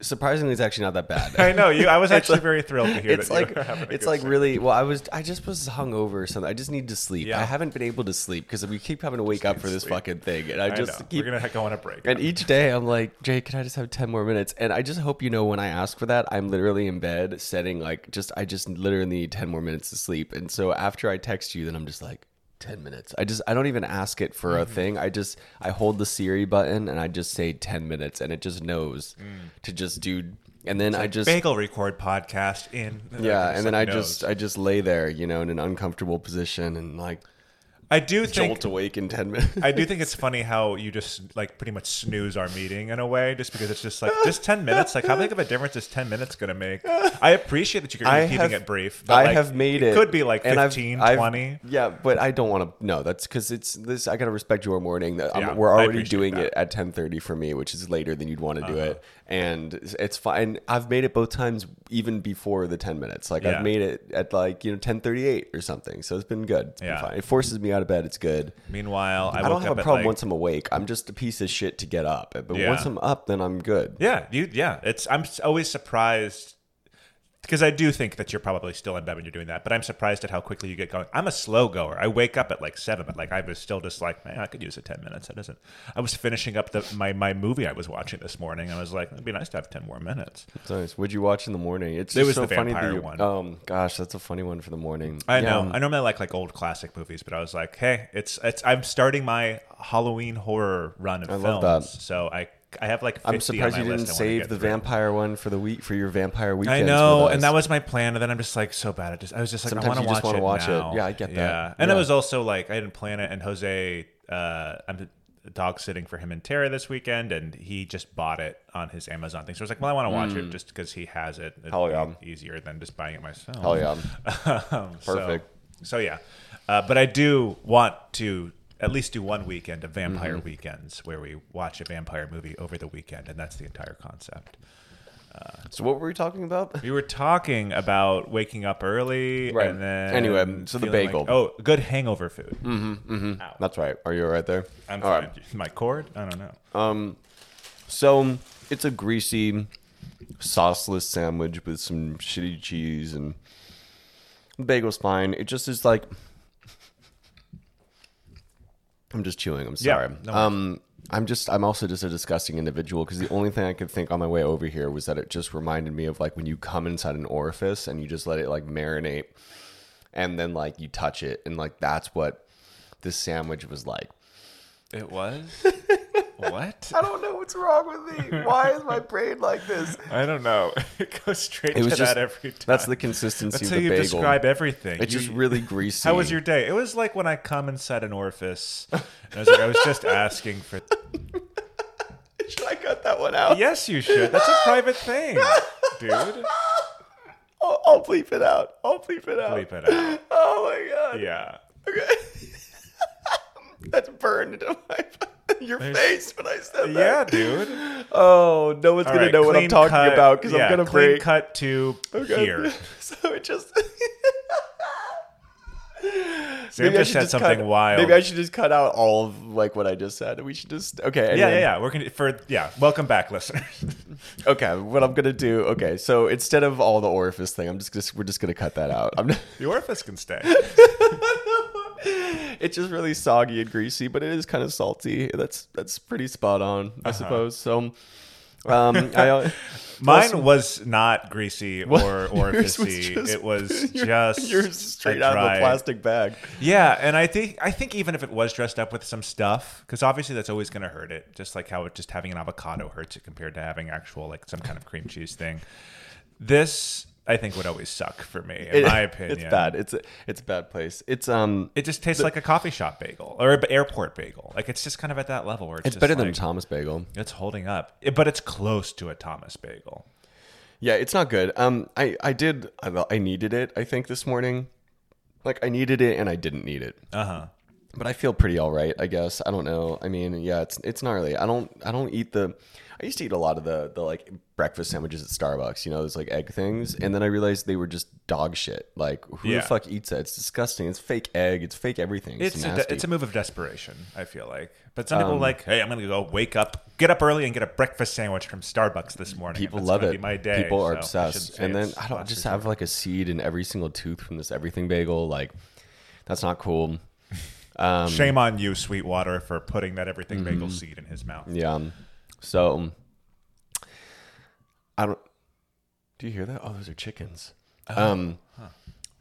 Speaker 2: surprisingly, it's actually not that
Speaker 1: [LAUGHS]
Speaker 2: bad.
Speaker 1: I know you. I was actually very thrilled to hear
Speaker 2: it's
Speaker 1: that.
Speaker 2: like
Speaker 1: you were [LAUGHS] having a
Speaker 2: it's
Speaker 1: good
Speaker 2: like
Speaker 1: sex.
Speaker 2: really well. I was I just was hungover or something. I just need to sleep.
Speaker 1: Yeah.
Speaker 2: I haven't been able to sleep because we keep having to wake up for this
Speaker 1: sleep.
Speaker 2: fucking thing, and I
Speaker 1: I
Speaker 2: just
Speaker 1: know.
Speaker 2: keep.
Speaker 1: We're gonna go on a break.
Speaker 2: and each day I'm like, Jay, can I just have ten more minutes? And I just hope you know when I ask for that, I'm literally in bed setting like just I just literally need ten more minutes to sleep. And so after I text you, then I'm just like. 10 minutes. I just I don't even ask it for
Speaker 1: Mm-hmm.
Speaker 2: a thing. I just I hold the Siri button and I just say 10 minutes and it just knows
Speaker 1: Mm.
Speaker 2: to just do and then I just
Speaker 1: Bagel record podcast in.
Speaker 2: yeah and then i
Speaker 1: knows.
Speaker 2: just i just lay there you know in an uncomfortable position and like
Speaker 1: I do think
Speaker 2: jolt awake in 10 minutes
Speaker 1: I
Speaker 2: [LAUGHS]
Speaker 1: do think it's funny how you just like pretty much snooze our meeting in a way, just because it's just like just ten minutes. Like how big of a difference is ten minutes going to make? I appreciate that you're
Speaker 2: I
Speaker 1: keeping
Speaker 2: have-
Speaker 1: it brief.
Speaker 2: i
Speaker 1: like,
Speaker 2: have made it
Speaker 1: Could be like
Speaker 2: and I've-
Speaker 1: 15,
Speaker 2: I've-
Speaker 1: 20.
Speaker 2: yeah but i don't want to no that's because it's this i gotta respect your morning that I'm-
Speaker 1: Yeah,
Speaker 2: we're
Speaker 1: I
Speaker 2: already
Speaker 1: appreciate
Speaker 2: doing
Speaker 1: that. Uh-huh.
Speaker 2: it at 10.30 for me which is later than you'd want to do it and it's- it's fine i've made it both times even before the 10 minutes like
Speaker 1: Yeah.
Speaker 2: i've made it at like you know 10.38 or something so it's been good It's been
Speaker 1: Yeah.
Speaker 2: fine. it forces me out of bed it's good
Speaker 1: Meanwhile, I,
Speaker 2: I,
Speaker 1: woke
Speaker 2: don't have
Speaker 1: up
Speaker 2: a
Speaker 1: at,
Speaker 2: problem
Speaker 1: like-
Speaker 2: once I'm awake. I'm just a piece of shit to get up. But
Speaker 1: Yeah.
Speaker 2: once I'm up, then I'm good.
Speaker 1: Yeah, you. Yeah, it's. I'm s- always surprised because I do think that you're probably still in bed when you're doing that. But I'm surprised at how quickly you get going. I'm a slow goer. I wake up at like seven, but like I was still just like, man, I could use the ten minutes. That isn't. I was finishing up the my my movie I was watching this morning. I was like, it'd be nice to have ten more minutes.
Speaker 2: It's nice. What'd you watch in the morning? It's
Speaker 1: It
Speaker 2: just
Speaker 1: was
Speaker 2: so
Speaker 1: the
Speaker 2: funny that
Speaker 1: vampire
Speaker 2: you,
Speaker 1: one.
Speaker 2: Um, gosh, that's a funny one for the morning.
Speaker 1: I
Speaker 2: Yeah.
Speaker 1: know. I normally like like old classic movies, but I was like, hey, it's it's. I'm starting my Halloween horror run of films,
Speaker 2: love that.
Speaker 1: so I I have like. 50
Speaker 2: I'm surprised
Speaker 1: on
Speaker 2: you
Speaker 1: my
Speaker 2: didn't
Speaker 1: list I wanna
Speaker 2: save
Speaker 1: get
Speaker 2: the
Speaker 1: through.
Speaker 2: vampire one for the week for your vampire weekend.
Speaker 1: I know, and that was my plan, and then I'm just like so bad at just. I was just like,
Speaker 2: Sometimes
Speaker 1: I
Speaker 2: you
Speaker 1: want
Speaker 2: just
Speaker 1: to
Speaker 2: wanna
Speaker 1: watch it.
Speaker 2: watch
Speaker 1: now.
Speaker 2: it. Yeah, I get that.
Speaker 1: Yeah, and it
Speaker 2: Yeah.
Speaker 1: was also like I didn't plan it, and Jose, uh, I'm dog sitting for him and Tara this weekend, and he just bought it on his Amazon thing. So I was like, well, I want to watch it just because he has it. It'd
Speaker 2: Mm. Hell
Speaker 1: be
Speaker 2: yeah.
Speaker 1: easier than just buying it myself.
Speaker 2: Oh yeah,
Speaker 1: [LAUGHS] Um, so-
Speaker 2: Perfect.
Speaker 1: So, yeah, uh, but I do want to at least do one weekend of vampire
Speaker 2: Mm-hmm.
Speaker 1: weekends where we watch a vampire movie over the weekend, and that's the entire concept.
Speaker 2: So what were we talking about?
Speaker 1: We were talking about waking up early,
Speaker 2: Right.
Speaker 1: and then
Speaker 2: Anyway, so the
Speaker 1: feeling
Speaker 2: bagel.
Speaker 1: like- oh, good hangover food.
Speaker 2: That's right. Are you all right there?
Speaker 1: I'm
Speaker 2: All
Speaker 1: fine.
Speaker 2: right.
Speaker 1: My cord? I don't know.
Speaker 2: So it's a greasy, sauceless sandwich with some shitty cheese and bagel's fine. It just is like I'm just chewing. I'm
Speaker 1: Yeah,
Speaker 2: sorry.
Speaker 1: no worries.
Speaker 2: um, I'm just I'm also just a disgusting individual because the only thing I could think on my way over here was that it just reminded me of like when you come inside an orifice and you just let it like marinate and then like you touch it and like that's what this sandwich was like.
Speaker 1: it was
Speaker 2: [LAUGHS]
Speaker 1: what?
Speaker 2: I don't know what's wrong with me. Why is my brain like this?
Speaker 1: I don't know. [LAUGHS] It goes straight
Speaker 2: It was
Speaker 1: to
Speaker 2: just
Speaker 1: that every time.
Speaker 2: [LAUGHS] That's the consistency
Speaker 1: That's
Speaker 2: of
Speaker 1: how
Speaker 2: the
Speaker 1: you
Speaker 2: bagel.
Speaker 1: describe everything.
Speaker 2: it's
Speaker 1: You- [LAUGHS]
Speaker 2: just really greasy.
Speaker 1: How was your day? It was like when I come inside an orifice. And I was like, I was
Speaker 2: [LAUGHS]
Speaker 1: just asking for.
Speaker 2: Should I cut that one out?
Speaker 1: Yes, you should. That's a private
Speaker 2: [LAUGHS]
Speaker 1: thing, dude.
Speaker 2: I'll, I'll bleep it out. I'll bleep it out.
Speaker 1: Bleep it out.
Speaker 2: [LAUGHS] Oh my god.
Speaker 1: Yeah.
Speaker 2: Okay. [LAUGHS] That's burned into my [LAUGHS] your face when I said
Speaker 1: Yeah, dude.
Speaker 2: Oh, no one's
Speaker 1: All
Speaker 2: gonna
Speaker 1: right,
Speaker 2: know what I'm
Speaker 1: clean
Speaker 2: talking
Speaker 1: cut-
Speaker 2: about because
Speaker 1: yeah,
Speaker 2: I'm gonna
Speaker 1: clean
Speaker 2: break.
Speaker 1: cut to
Speaker 2: [LAUGHS]
Speaker 1: here.
Speaker 2: so it just. [LAUGHS]
Speaker 1: Sam
Speaker 2: Maybe I
Speaker 1: just
Speaker 2: should
Speaker 1: said something
Speaker 2: cut,
Speaker 1: wild.
Speaker 2: Maybe I should just cut out all of like what I just said. We should just okay.
Speaker 1: yeah, yeah,
Speaker 2: anyway.
Speaker 1: yeah. We're gonna for yeah. Welcome back, listeners. [LAUGHS]
Speaker 2: Okay, what I'm gonna do? Okay, so instead of all the orifice thing, I'm just, just we're just gonna cut that out. I'm. [LAUGHS]
Speaker 1: the orifice can stay.
Speaker 2: it's just really soggy and greasy, but it is kind of salty. That's that's pretty spot on,
Speaker 1: Uh-huh.
Speaker 2: I suppose. So, um, I
Speaker 1: [LAUGHS] Mine was not greasy or
Speaker 2: [LAUGHS] yours was
Speaker 1: orifacey.
Speaker 2: just- [LAUGHS]
Speaker 1: it was
Speaker 2: yours-
Speaker 1: just
Speaker 2: yours straight
Speaker 1: a
Speaker 2: out of
Speaker 1: dry-
Speaker 2: a plastic bag.
Speaker 1: Yeah, and I think I think even if it was dressed up with some stuff, because obviously that's always going to hurt it. Just like how it, just having an avocado hurts it compared to having actual like some kind of cream cheese thing. This I think would always suck for me, in
Speaker 2: It-
Speaker 1: my opinion.
Speaker 2: it's bad. It's a, it's a bad place. It's um,
Speaker 1: It just tastes like a coffee shop bagel or an airport bagel. Like it's just kind of at that level where it's,
Speaker 2: it's
Speaker 1: just
Speaker 2: better than a
Speaker 1: like-
Speaker 2: Thomas Bagel.
Speaker 1: It's holding up, It- but it's close to a Thomas bagel.
Speaker 2: Yeah, it's not good. Um, I I did I, I needed it. I think this morning, like I needed it and I didn't need it.
Speaker 1: Uh huh.
Speaker 2: but I feel pretty all right, I guess. I don't know. I mean, yeah, it's it's gnarly. I don't I don't eat the I used to eat a lot of the the like breakfast sandwiches at Starbucks, you know, those like egg things, and then I realized they were just dog shit. Like who
Speaker 1: Yeah.
Speaker 2: the fuck eats that? It's disgusting. It's fake egg. It's fake everything. It's,
Speaker 1: It's a,
Speaker 2: nasty. Um,
Speaker 1: de- it's a move of desperation, I feel like. But some people are like, hey, I'm going to go wake up, get up early, and get a breakfast sandwich from Starbucks this morning.
Speaker 2: People
Speaker 1: That's
Speaker 2: love
Speaker 1: gonna
Speaker 2: it.
Speaker 1: Be my day.
Speaker 2: People are
Speaker 1: so I shouldn't
Speaker 2: obsessed.
Speaker 1: say
Speaker 2: And then
Speaker 1: it's
Speaker 2: I don't
Speaker 1: last
Speaker 2: just
Speaker 1: resort.
Speaker 2: have like a seed in every single tooth from this everything bagel. Like that's not cool. Um,
Speaker 1: Shame on you, Sweetwater, for putting that everything bagel
Speaker 2: Mm-hmm.
Speaker 1: seed in his mouth.
Speaker 2: Yeah. um, So I don't. Do you hear that? Oh, those are chickens.
Speaker 1: Oh,
Speaker 2: Um.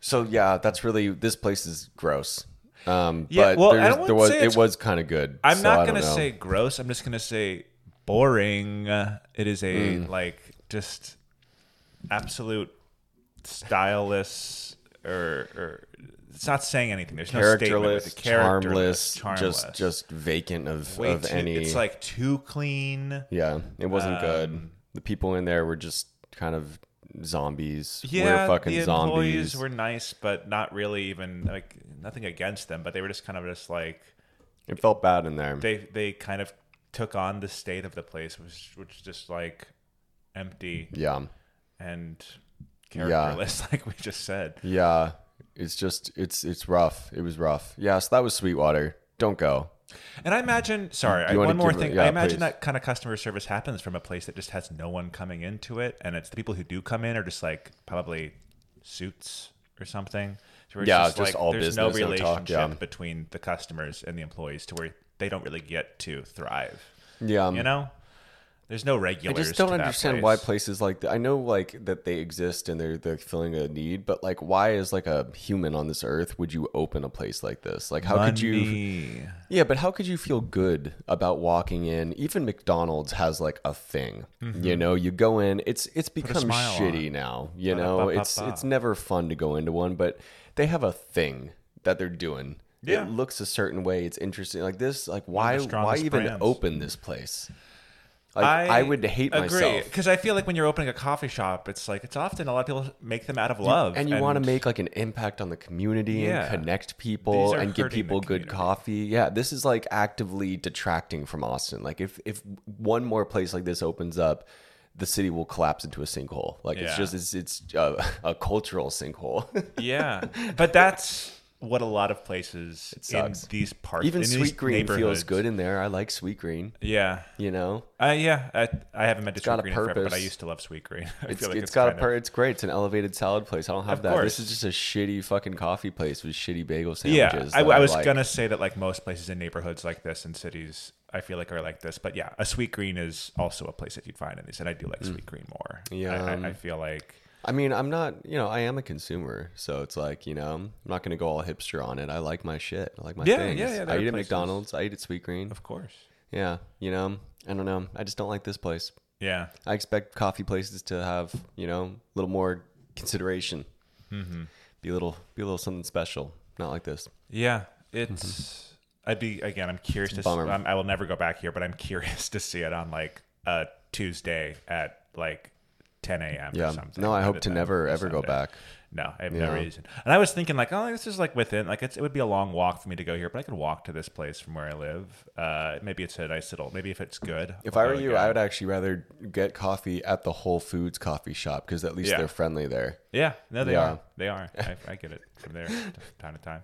Speaker 2: So yeah, that's really this place is gross. Um.
Speaker 1: Yeah,
Speaker 2: but
Speaker 1: well, I
Speaker 2: there's-
Speaker 1: don't wanna
Speaker 2: there was
Speaker 1: say
Speaker 2: it
Speaker 1: it's-
Speaker 2: was kind of good.
Speaker 1: I'm
Speaker 2: so I
Speaker 1: not
Speaker 2: don't
Speaker 1: going to
Speaker 2: know.
Speaker 1: say gross. I'm just going to say boring. Uh, It is a,
Speaker 2: Hmm.
Speaker 1: like, just absolute styleless or. or it's not saying anything. There's no
Speaker 2: characterless,
Speaker 1: statement. Characterless,
Speaker 2: charmless, just just vacant of
Speaker 1: Way
Speaker 2: of
Speaker 1: too-
Speaker 2: any.
Speaker 1: It's like too clean.
Speaker 2: yeah, it
Speaker 1: Um,
Speaker 2: wasn't good. The people in there were just kind of zombies.
Speaker 1: Yeah,
Speaker 2: we're fucking
Speaker 1: the employees
Speaker 2: zombies.
Speaker 1: were nice, but not really even like nothing against them. But they were just kind of just like
Speaker 2: It felt bad in there.
Speaker 1: they they kind of took on the state of the place, which which just like empty
Speaker 2: yeah.
Speaker 1: and characterless, [LAUGHS] like we just said.
Speaker 2: Yeah, it's just it's it's rough. It was rough. Yeah, so that was Sweetwater. Don't go.
Speaker 1: And I imagine, sorry, I,
Speaker 2: wanna
Speaker 1: one more
Speaker 2: give it-
Speaker 1: thing.
Speaker 2: yeah,
Speaker 1: I imagine
Speaker 2: please.
Speaker 1: that kind of customer service happens from a place that just has no one coming into it, and it's the people who do come in are just like probably suits or something. So where it's
Speaker 2: Yeah, just all
Speaker 1: there's
Speaker 2: business,
Speaker 1: no
Speaker 2: no
Speaker 1: relationship
Speaker 2: talk, yeah.
Speaker 1: between the customers and the employees to where they don't really get to thrive.
Speaker 2: Yeah,
Speaker 1: You know, there's no
Speaker 2: I
Speaker 1: regulars.
Speaker 2: just don't
Speaker 1: to that
Speaker 2: understand
Speaker 1: place.
Speaker 2: why places like that, I know like that they exist and they're they're filling a need, but like why is like a human on this earth would you open a place like this? Like how could you?
Speaker 1: Money.
Speaker 2: Yeah, but how could you feel good about walking in? Even McDonald's has like a thing. You know, you go in, it's it's become
Speaker 1: Mm-hmm. smile
Speaker 2: shitty now. You know,
Speaker 1: Ba-da-ba-ba-ba.
Speaker 2: it's it's never fun to go into one, but they have a thing that they're doing.
Speaker 1: Yeah.
Speaker 2: It looks a certain way. It's interesting. Like this, like why
Speaker 1: the
Speaker 2: why
Speaker 1: strongest
Speaker 2: even
Speaker 1: brands.
Speaker 2: open this place? Like I, would hate myself.
Speaker 1: because I feel like when you're opening a coffee shop, it's like it's often a lot of people make them out of love,
Speaker 2: And you want to make like an impact on the community
Speaker 1: Yeah.
Speaker 2: and connect
Speaker 1: These
Speaker 2: people
Speaker 1: are
Speaker 2: and give
Speaker 1: hurting the
Speaker 2: people good
Speaker 1: community.
Speaker 2: coffee. Yeah, this is like actively detracting from Austin. Like if if one more place like this opens up, the city will collapse into a sinkhole. Like it's
Speaker 1: Yeah.
Speaker 2: just it's it's uh, a cultural
Speaker 1: [LAUGHS]
Speaker 2: sinkhole.
Speaker 1: [LAUGHS] yeah, but that's what a lot of places in
Speaker 2: sucks.
Speaker 1: these parts,
Speaker 2: Even
Speaker 1: in these
Speaker 2: sweet green feels
Speaker 1: neighborhoods-
Speaker 2: good in there. I like sweet green.
Speaker 1: Yeah,
Speaker 2: You know,
Speaker 1: uh, yeah. I, I haven't been to sweet
Speaker 2: got a
Speaker 1: green in forever, but I
Speaker 2: purpose.
Speaker 1: used to love sweet green. [LAUGHS] I
Speaker 2: it's,
Speaker 1: feel like
Speaker 2: it's got a
Speaker 1: kind of-
Speaker 2: per. It's great. It's an elevated salad place. I don't have
Speaker 1: Of
Speaker 2: that.
Speaker 1: course.
Speaker 2: This is just a shitty fucking coffee place with shitty bagel
Speaker 1: yeah.
Speaker 2: sandwiches.
Speaker 1: I,
Speaker 2: that
Speaker 1: I was
Speaker 2: like.
Speaker 1: gonna say that like most places in neighborhoods like this and cities, I feel like are like this. But yeah, a sweet green is also a place that you'd find in these, and I do like
Speaker 2: Mm.
Speaker 1: sweet green more.
Speaker 2: Yeah,
Speaker 1: I,
Speaker 2: um,
Speaker 1: I, I feel like.
Speaker 2: I mean, I'm not, you know, I am a consumer, so it's like, you know, I'm not going to go all hipster on it. I like my shit. I like my
Speaker 1: Yeah,
Speaker 2: things.
Speaker 1: yeah, yeah, there
Speaker 2: I
Speaker 1: are
Speaker 2: eat at
Speaker 1: places.
Speaker 2: McDonald's. I eat at Sweet Green.
Speaker 1: Of course.
Speaker 2: Yeah, you know, I don't know. I just don't like this place.
Speaker 1: Yeah.
Speaker 2: I expect coffee places to have, you know, a little more consideration.
Speaker 1: Mm-hmm.
Speaker 2: Be a little, be a little something special. Not like this.
Speaker 1: Yeah. It's. I'd be again. I'm curious to.
Speaker 2: Mm-hmm. bummer.
Speaker 1: See, I'm, I will never go back here, but I'm curious to see it on like a Tuesday at like 10 a.m. or
Speaker 2: Yeah.
Speaker 1: something.
Speaker 2: No, I
Speaker 1: rather
Speaker 2: hope to
Speaker 1: than
Speaker 2: never
Speaker 1: a
Speaker 2: ever go
Speaker 1: Sunday.
Speaker 2: back.
Speaker 1: No, I have
Speaker 2: Yeah.
Speaker 1: no reason. And I was thinking like, oh, this is like within like it's, it would be a long walk for me to go here, but I could walk to this place from where I live. Uh, maybe it's a nice little. Maybe if it's good.
Speaker 2: If
Speaker 1: I'll
Speaker 2: I were
Speaker 1: go
Speaker 2: you,
Speaker 1: again.
Speaker 2: I would actually rather get coffee at the Whole Foods coffee shop because at least
Speaker 1: Yeah.
Speaker 2: they're friendly there.
Speaker 1: Yeah. No, they
Speaker 2: Yeah.
Speaker 1: are. They are. I, I get it from there
Speaker 2: [LAUGHS]
Speaker 1: t- time to time.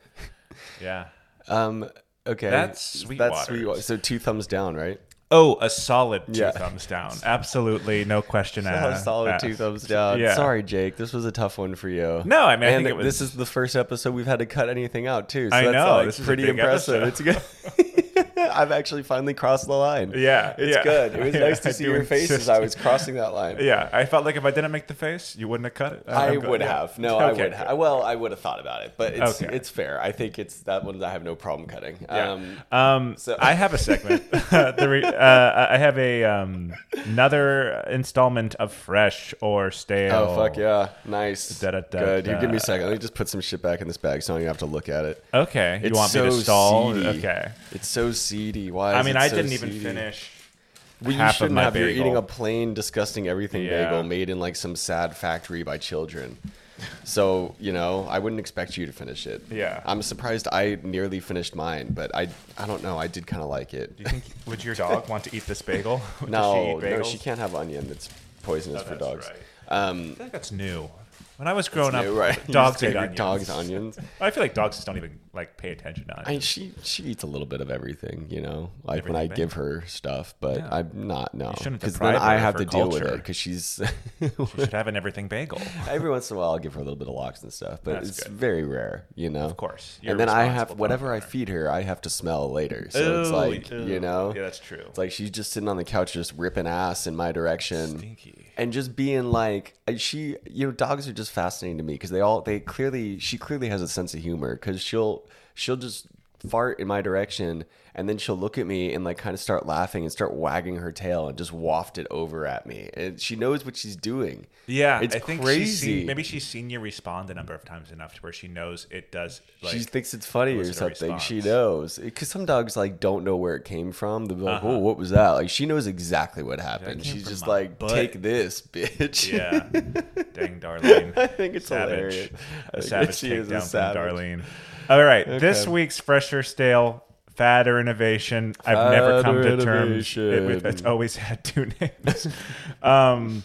Speaker 1: Yeah.
Speaker 2: Um, okay.
Speaker 1: That's
Speaker 2: That's
Speaker 1: Sweetwater's.
Speaker 2: Sweetwater. So two thumbs down, right?
Speaker 1: Oh, a solid two
Speaker 2: Yeah.
Speaker 1: thumbs down. Absolutely, no question
Speaker 2: [LAUGHS] A
Speaker 1: asked.
Speaker 2: solid two thumbs down.
Speaker 1: Uh, Yeah.
Speaker 2: Sorry, Jake. This was a tough one for you.
Speaker 1: No, I mean, I
Speaker 2: and
Speaker 1: think it
Speaker 2: this
Speaker 1: was-
Speaker 2: is the first episode we've had to cut anything out too. So
Speaker 1: I
Speaker 2: that's
Speaker 1: know,
Speaker 2: Like,
Speaker 1: this is a
Speaker 2: pretty
Speaker 1: big
Speaker 2: impressive.
Speaker 1: episode.
Speaker 2: It's good. [LAUGHS] I've actually finally crossed the line.
Speaker 1: Yeah,
Speaker 2: it's
Speaker 1: yeah.
Speaker 2: good. It
Speaker 1: [LAUGHS]
Speaker 2: was
Speaker 1: Yeah,
Speaker 2: nice
Speaker 1: I
Speaker 2: to see
Speaker 1: do
Speaker 2: your face as
Speaker 1: insist.
Speaker 2: I was crossing that line.
Speaker 1: Yeah, I felt like if I didn't make the face, you wouldn't have cut it.
Speaker 2: I
Speaker 1: I'm glad-
Speaker 2: would
Speaker 1: yeah.
Speaker 2: have. No, I
Speaker 1: Okay,
Speaker 2: would. Ha- well, I would have thought about it, but it's
Speaker 1: Okay.
Speaker 2: it's fair. I think it's that one that I have no problem cutting.
Speaker 1: Yeah.
Speaker 2: Um,
Speaker 1: Um,
Speaker 2: so-
Speaker 1: I have a
Speaker 2: [LAUGHS]
Speaker 1: segment. [LAUGHS] the re- uh, I have a um, another installment of fresh or stale.
Speaker 2: oh fuck yeah, nice.
Speaker 1: Da, da, da,
Speaker 2: good. Here,
Speaker 1: da.
Speaker 2: give me a second. Let me just put some shit back in this bag so I don't even have to look at it.
Speaker 1: Okay, you want me to
Speaker 2: so
Speaker 1: stall?
Speaker 2: seedy.
Speaker 1: Okay.
Speaker 2: It's so seedy. Why?
Speaker 1: I
Speaker 2: is
Speaker 1: mean,
Speaker 2: it
Speaker 1: I
Speaker 2: so
Speaker 1: didn't even
Speaker 2: seedy?
Speaker 1: finish.
Speaker 2: Well, you
Speaker 1: half of
Speaker 2: shouldn't
Speaker 1: my
Speaker 2: have. You're
Speaker 1: bagel.
Speaker 2: eating a plain, disgusting everything
Speaker 1: Yeah.
Speaker 2: bagel made in like some sad factory by children. So you know, I wouldn't expect you to finish it.
Speaker 1: Yeah.
Speaker 2: I'm surprised I nearly finished mine, but I I don't know. I did kind of like it.
Speaker 1: Do you [LAUGHS] think would your dog want to eat this bagel? [LAUGHS] Does
Speaker 2: No,
Speaker 1: she eat
Speaker 2: no,
Speaker 1: bagels? Oh,
Speaker 2: she can't have onion. That's poisonous for
Speaker 1: that's
Speaker 2: dogs.
Speaker 1: right.
Speaker 2: Um,
Speaker 1: I feel like that's new. When I was growing
Speaker 2: [LAUGHS]
Speaker 1: up,
Speaker 2: no, right? You
Speaker 1: dogs
Speaker 2: just gave
Speaker 1: ate
Speaker 2: your
Speaker 1: onions.
Speaker 2: Dogs onions.
Speaker 1: I feel like dogs just don't even like pay attention to
Speaker 2: I mean,
Speaker 1: onions.
Speaker 2: she she eats a little bit of everything, you know. Like when I
Speaker 1: Everything.
Speaker 2: give her stuff, but
Speaker 1: Yeah.
Speaker 2: I'm not no
Speaker 1: shouldn't
Speaker 2: because
Speaker 1: deprive
Speaker 2: then I
Speaker 1: her of
Speaker 2: have
Speaker 1: her
Speaker 2: to deal with
Speaker 1: culture.
Speaker 2: it
Speaker 1: [LAUGHS]
Speaker 2: because she's [LAUGHS]
Speaker 1: You should have an everything bagel.
Speaker 2: every once in a while I'll give her a little bit of lox and stuff, but
Speaker 1: That's
Speaker 2: it's
Speaker 1: good.
Speaker 2: very rare, you know. Of
Speaker 1: course. You're
Speaker 2: and then I have
Speaker 1: responsible for
Speaker 2: whatever I
Speaker 1: helping her.
Speaker 2: feed her, I have to smell later. So it's
Speaker 1: Ooh,
Speaker 2: like
Speaker 1: ooh.
Speaker 2: you know,
Speaker 1: Oh, Yeah, that's true.
Speaker 2: It's like she's just sitting on the couch, just ripping ass in my direction,
Speaker 1: Stinky.
Speaker 2: and just being like, I- she, you know, dogs are just fascinating to me because they all, they clearly, she clearly has a sense of humor because she'll, she'll just fart in my direction and then she'll look at me and like kind of start laughing and start wagging her tail and just waft it over at me and she knows what she's doing
Speaker 1: Yeah,
Speaker 2: it's
Speaker 1: I think
Speaker 2: crazy
Speaker 1: She's seen, maybe she's seen you respond a number of times enough to where she knows it does. Like,
Speaker 2: she thinks it's funny or
Speaker 1: elicit a
Speaker 2: something. She
Speaker 1: response.
Speaker 2: knows because some dogs like don't know where it came from. They'll be like, "Oh, what was that?" Like she knows exactly what happened.
Speaker 1: Uh-huh. came
Speaker 2: She's
Speaker 1: from
Speaker 2: just
Speaker 1: my
Speaker 2: like,
Speaker 1: butt.
Speaker 2: "Take this, [LAUGHS] bitch."
Speaker 1: yeah, [LAUGHS] dang Darlene.
Speaker 2: [LAUGHS] I think it's
Speaker 1: savage.
Speaker 2: hilarious.
Speaker 1: A
Speaker 2: I
Speaker 1: savage
Speaker 2: guess she is a
Speaker 1: takedown from
Speaker 2: savage.
Speaker 1: Darlene. All right, this week's fresh or stale. Fad or innovation? I've never
Speaker 2: Fad
Speaker 1: come
Speaker 2: or
Speaker 1: to terms it- with.
Speaker 2: innovation.
Speaker 1: It's always [LAUGHS] had two names. um,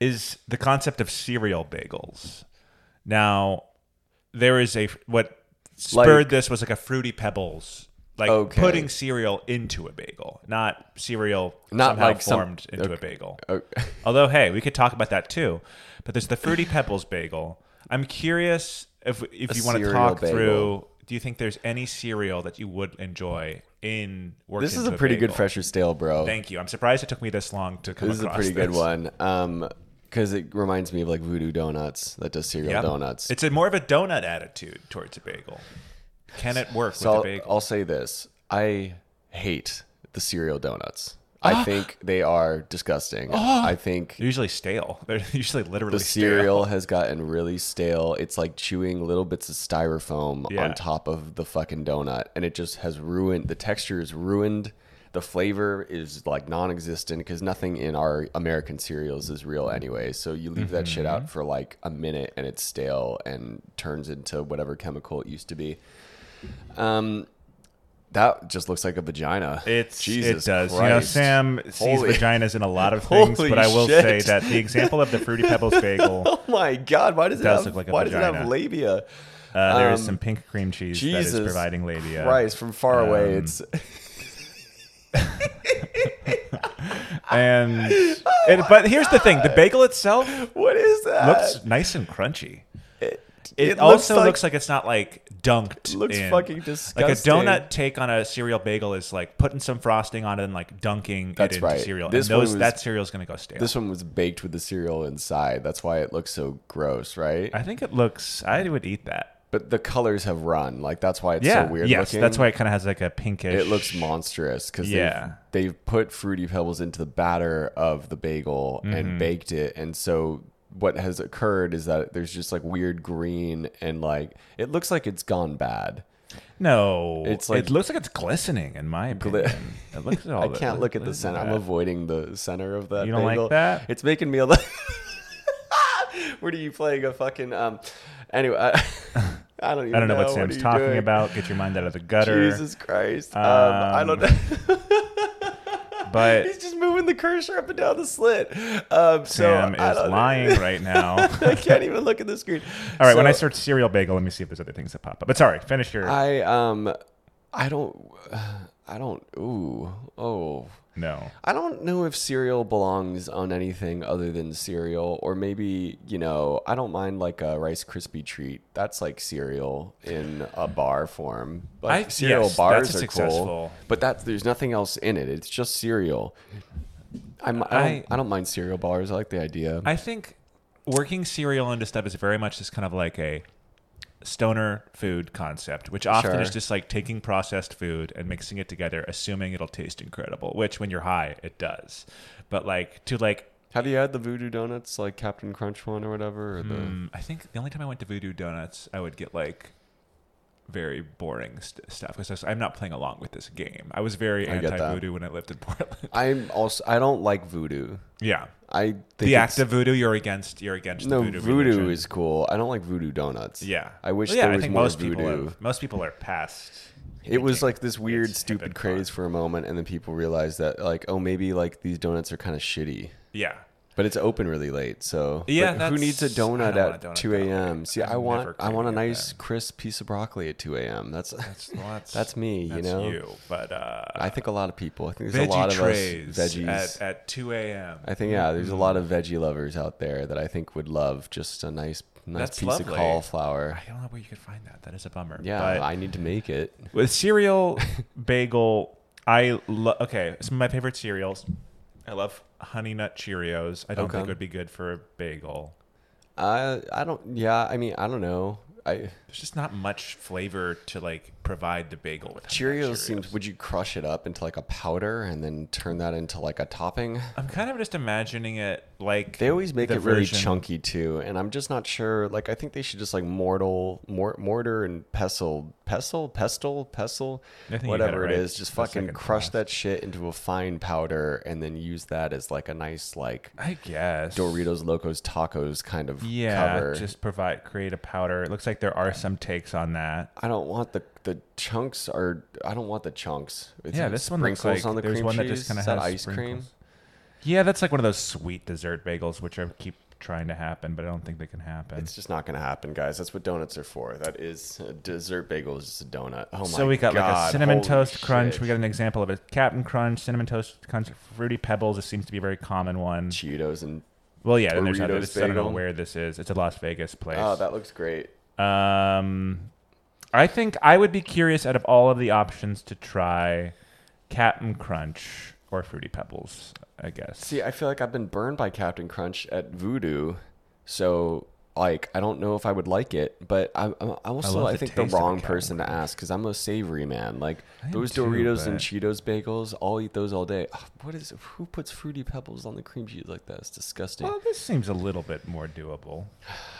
Speaker 1: is the concept of cereal bagels. Now, there is a what spurred
Speaker 2: Like-
Speaker 1: this was like a fruity pebbles, like
Speaker 2: Okay.
Speaker 1: putting cereal into a bagel, not cereal
Speaker 2: Not
Speaker 1: somehow
Speaker 2: like some-
Speaker 1: formed into a bagel.
Speaker 2: [LAUGHS] Okay.
Speaker 1: Although, hey, we could talk about that too. But there's the fruity pebbles bagel. I'm curious if if you want to
Speaker 2: cereal
Speaker 1: talk
Speaker 2: bagel.
Speaker 1: through. Do you think there's any cereal that you would enjoy in working?
Speaker 2: This is a pretty good fresh or stale, bro.
Speaker 1: Thank you. I'm surprised it took me this long to come
Speaker 2: this is a
Speaker 1: across
Speaker 2: pretty good
Speaker 1: this.
Speaker 2: one. Um, because it reminds me of like Voodoo Donuts that does cereal
Speaker 1: Yeah.
Speaker 2: donuts.
Speaker 1: It's a more of a donut attitude towards a bagel. Can it work
Speaker 2: so
Speaker 1: with a
Speaker 2: I'll,
Speaker 1: bagel?
Speaker 2: I'll say this: I hate the cereal donuts.
Speaker 1: Ah.
Speaker 2: I think they are disgusting. I think
Speaker 1: They're usually stale. [LAUGHS] They're usually literally
Speaker 2: the
Speaker 1: stale.
Speaker 2: cereal has gotten really stale. It's like chewing little bits of styrofoam
Speaker 1: Yeah.
Speaker 2: on top of the fucking donut, and it just has ruined the texture is ruined. The flavor is like non-existent because nothing in our American cereals is real anyway. So you leave that shit
Speaker 1: Mm-hmm.
Speaker 2: out for like a minute, and it's stale and turns into whatever chemical it used to be. Um, that just looks like a vagina.
Speaker 1: It's
Speaker 2: Jesus
Speaker 1: it does. You know,
Speaker 2: Christ.
Speaker 1: Sam sees
Speaker 2: Holy-
Speaker 1: vaginas in a lot
Speaker 2: [LAUGHS]
Speaker 1: of things,
Speaker 2: Holy
Speaker 1: but I will
Speaker 2: shit.
Speaker 1: say that the example of the fruity
Speaker 2: [LAUGHS]
Speaker 1: pebbles bagel,
Speaker 2: Oh my God! Why does it,
Speaker 1: does look
Speaker 2: have,
Speaker 1: like a
Speaker 2: why does it have
Speaker 1: vagina.
Speaker 2: labia?
Speaker 1: uh, there is
Speaker 2: Um,
Speaker 1: some pink cream cheese that
Speaker 2: Jesus
Speaker 1: is providing uh, labia.
Speaker 2: Christ, from far away,
Speaker 1: Um,
Speaker 2: it's [LAUGHS] [LAUGHS]
Speaker 1: And, and but here's the thing: the bagel itself
Speaker 2: what is that?
Speaker 1: looks nice and crunchy.
Speaker 2: it,
Speaker 1: It,
Speaker 2: Uh, it
Speaker 1: also looks like it's not like dunked.
Speaker 2: Looks
Speaker 1: in.
Speaker 2: fucking
Speaker 1: Like a
Speaker 2: disgusting.
Speaker 1: donut take on a cereal bagel is like putting some frosting on it and like dunking
Speaker 2: That's
Speaker 1: it into
Speaker 2: right.
Speaker 1: cereal.
Speaker 2: This
Speaker 1: and
Speaker 2: one
Speaker 1: those
Speaker 2: was-
Speaker 1: that cereal's gonna go stale.
Speaker 2: this one was baked with the cereal inside. That's why it looks so gross, right?
Speaker 1: I think it looks. I would eat that.
Speaker 2: But the colors have run. Like that's why it's
Speaker 1: Yeah.
Speaker 2: so weird
Speaker 1: yes.
Speaker 2: looking.
Speaker 1: That's why it kind of has like a pinkish.
Speaker 2: it looks monstrous because
Speaker 1: Yeah.
Speaker 2: they've, they've put fruity pebbles into the batter of the bagel
Speaker 1: Mm-hmm.
Speaker 2: and baked it, and so what has occurred is that there's just like weird green and like it looks like it's gone bad.
Speaker 1: No.
Speaker 2: It's like-
Speaker 1: it looks like it's glistening. In my opinion, it [LAUGHS] looks at all.
Speaker 2: I can't look at the center. I'm avoiding the center of that.
Speaker 1: You don't like
Speaker 2: bagel.
Speaker 1: that?
Speaker 2: It's making me a little. [LAUGHS] what are you playing? A fucking um. Anyway, I, [LAUGHS] I don't even.
Speaker 1: I don't know what
Speaker 2: are
Speaker 1: Sam's
Speaker 2: you
Speaker 1: talking
Speaker 2: doing?
Speaker 1: about. Get your mind out of the gutter.
Speaker 2: Jesus Christ! Um, I don't.
Speaker 1: [LAUGHS] But
Speaker 2: [LAUGHS] He's just moving the cursor up and down the slit. Um, so
Speaker 1: Sam
Speaker 2: I
Speaker 1: is
Speaker 2: don't- [LAUGHS]
Speaker 1: lying right [LAUGHS] now.
Speaker 2: I can't even look at the screen.
Speaker 1: All right, when
Speaker 2: So-
Speaker 1: I search cereal bagel, let me see if there's other things that pop up. But sorry, finish your
Speaker 2: I um, I don't, I don't. Ooh, oh.
Speaker 1: no.
Speaker 2: I don't know if cereal belongs on anything other than cereal, or maybe you know, I don't mind like a Rice Krispie treat. That's like cereal in a bar form. Like
Speaker 1: I-
Speaker 2: cereal
Speaker 1: yes,
Speaker 2: bars
Speaker 1: that's
Speaker 2: are
Speaker 1: successful.
Speaker 2: cool, but that there's nothing else in it. It's just cereal. I'm, I, don't,
Speaker 1: I-
Speaker 2: I, don't mind cereal bars. I like the idea.
Speaker 1: I think working cereal into stuff is very much just kind of like a stoner food concept, which often
Speaker 2: Sure.
Speaker 1: is just like taking processed food and mixing it together, assuming it'll taste incredible. Which, when you're high, it does. But like to like,
Speaker 2: Have you had the Voodoo Donuts, like Captain
Speaker 1: Hmm.
Speaker 2: Crunch one or whatever? Or the
Speaker 1: mm, I think the only time I went to Voodoo Donuts, I would get like very boring st- stuff because I'm not playing along with this game. I was very
Speaker 2: get that.
Speaker 1: anti voodoo when I lived in [LAUGHS] Portland.
Speaker 2: I'm also I don't like voodoo.
Speaker 1: yeah,
Speaker 2: I think
Speaker 1: the
Speaker 2: it's-
Speaker 1: act of voodoo you're against. You're against
Speaker 2: no
Speaker 1: the voodoo.
Speaker 2: voodoo,
Speaker 1: religion.
Speaker 2: is cool. I don't like voodoo donuts.
Speaker 1: yeah.
Speaker 2: I wish
Speaker 1: Well, yeah,
Speaker 2: there was
Speaker 1: I think
Speaker 2: more
Speaker 1: most people
Speaker 2: voodoo.
Speaker 1: are, most people are past.
Speaker 2: it was
Speaker 1: thinking
Speaker 2: like this weird,
Speaker 1: it's hip
Speaker 2: stupid
Speaker 1: and
Speaker 2: craze for a moment, and then people realized that like, oh, maybe like these donuts are kind of shitty.
Speaker 1: yeah.
Speaker 2: But it's open really late, so
Speaker 1: Yeah,
Speaker 2: But who
Speaker 1: that's-
Speaker 2: needs a
Speaker 1: I don't
Speaker 2: donut
Speaker 1: want
Speaker 2: at
Speaker 1: a donut
Speaker 2: two
Speaker 1: that
Speaker 2: a.m.?
Speaker 1: late.
Speaker 2: See,
Speaker 1: I've
Speaker 2: I
Speaker 1: never
Speaker 2: want I want a
Speaker 1: craved
Speaker 2: nice
Speaker 1: that.
Speaker 2: crisp piece of broccoli at two a.m. That's, [LAUGHS]
Speaker 1: Well, that's
Speaker 2: That's me, you
Speaker 1: That's
Speaker 2: know?
Speaker 1: you, but uh,
Speaker 2: I think a lot of people. I think there's
Speaker 1: veggie
Speaker 2: a lot of us
Speaker 1: trays
Speaker 2: veggies.
Speaker 1: at Mm. at 2 a.m.
Speaker 2: I think yeah, there's a lot of veggie lovers out there that I think would love just a nice nice
Speaker 1: That's
Speaker 2: piece of
Speaker 1: lovely.
Speaker 2: cauliflower.
Speaker 1: I don't know where you could find that. That is a bummer.
Speaker 2: Yeah,
Speaker 1: but
Speaker 2: I need to make it.
Speaker 1: with cereal [LAUGHS] bagel, I love. Okay, some of my favorite cereals. I love Honey Nut Cheerios. I don't
Speaker 2: Okay.
Speaker 1: think would be good for a bagel.
Speaker 2: I I don't. Yeah, I mean I don't know. I
Speaker 1: There's just not much flavor to like provide the bagel with. Honey Nut
Speaker 2: Cheerios seems. Would you crush it up into like a powder and then turn that into like a topping?
Speaker 1: I'm kind of just imagining it like
Speaker 2: They always make
Speaker 1: the
Speaker 2: it really
Speaker 1: version-
Speaker 2: chunky too, and I'm just not sure. Like I think they should just like mortal mor- mortar and pestle, pestle, pestle, pestle,
Speaker 1: I think you got
Speaker 2: whatever
Speaker 1: it
Speaker 2: it
Speaker 1: right
Speaker 2: is. Just
Speaker 1: the
Speaker 2: fucking
Speaker 1: second
Speaker 2: crush
Speaker 1: time.
Speaker 2: that shit into a fine powder, and then use that as like a nice like
Speaker 1: I guess
Speaker 2: Doritos Locos Tacos kind of
Speaker 1: Yeah,
Speaker 2: cover.
Speaker 1: just provide create a powder. It looks like there are some takes on that.
Speaker 2: I don't want the the chunks are. I don't want the chunks. It's
Speaker 1: Yeah,
Speaker 2: like
Speaker 1: this one looks
Speaker 2: sprinkles
Speaker 1: like there's one that just
Speaker 2: cheese.
Speaker 1: kind of
Speaker 2: Is
Speaker 1: has
Speaker 2: that ice cream.
Speaker 1: sprinkles. Yeah, that's like one of those sweet dessert bagels, which I keep trying to happen, but I don't think they can happen.
Speaker 2: It's just not gonna happen, guys. That's what donuts are for. That is a dessert bagel is just a donut. Oh my god!
Speaker 1: so we got like a cinnamon
Speaker 2: holy
Speaker 1: toast crunch.
Speaker 2: shit.
Speaker 1: We got an example of a Captain Crunch, cinnamon toast crunch, fruity pebbles. It seems to be a very common one.
Speaker 2: Cheetos and
Speaker 1: Well, yeah, then there's
Speaker 2: Doritos
Speaker 1: other. This, I don't know
Speaker 2: bagel.
Speaker 1: where this is. It's a Las Vegas place.
Speaker 2: oh, that looks great.
Speaker 1: Um, I think I would be curious out of all of the options to try Captain Crunch or Fruity Pebbles. I guess.
Speaker 2: See, I feel like I've been burned by Captain Crunch at Voodoo, so like I don't know if I would like it, but I'm, I'm also
Speaker 1: love
Speaker 2: I,
Speaker 1: the
Speaker 2: think the
Speaker 1: taste of a
Speaker 2: wrong
Speaker 1: Captain
Speaker 2: person to ask because I'm a savory man. Like
Speaker 1: I am
Speaker 2: those
Speaker 1: too,
Speaker 2: Doritos and
Speaker 1: but-
Speaker 2: Cheetos bagels, I'll eat those all day. Ugh, What is who puts fruity pebbles on the cream cheese like that? It's disgusting.
Speaker 1: Well, this seems a little bit more doable.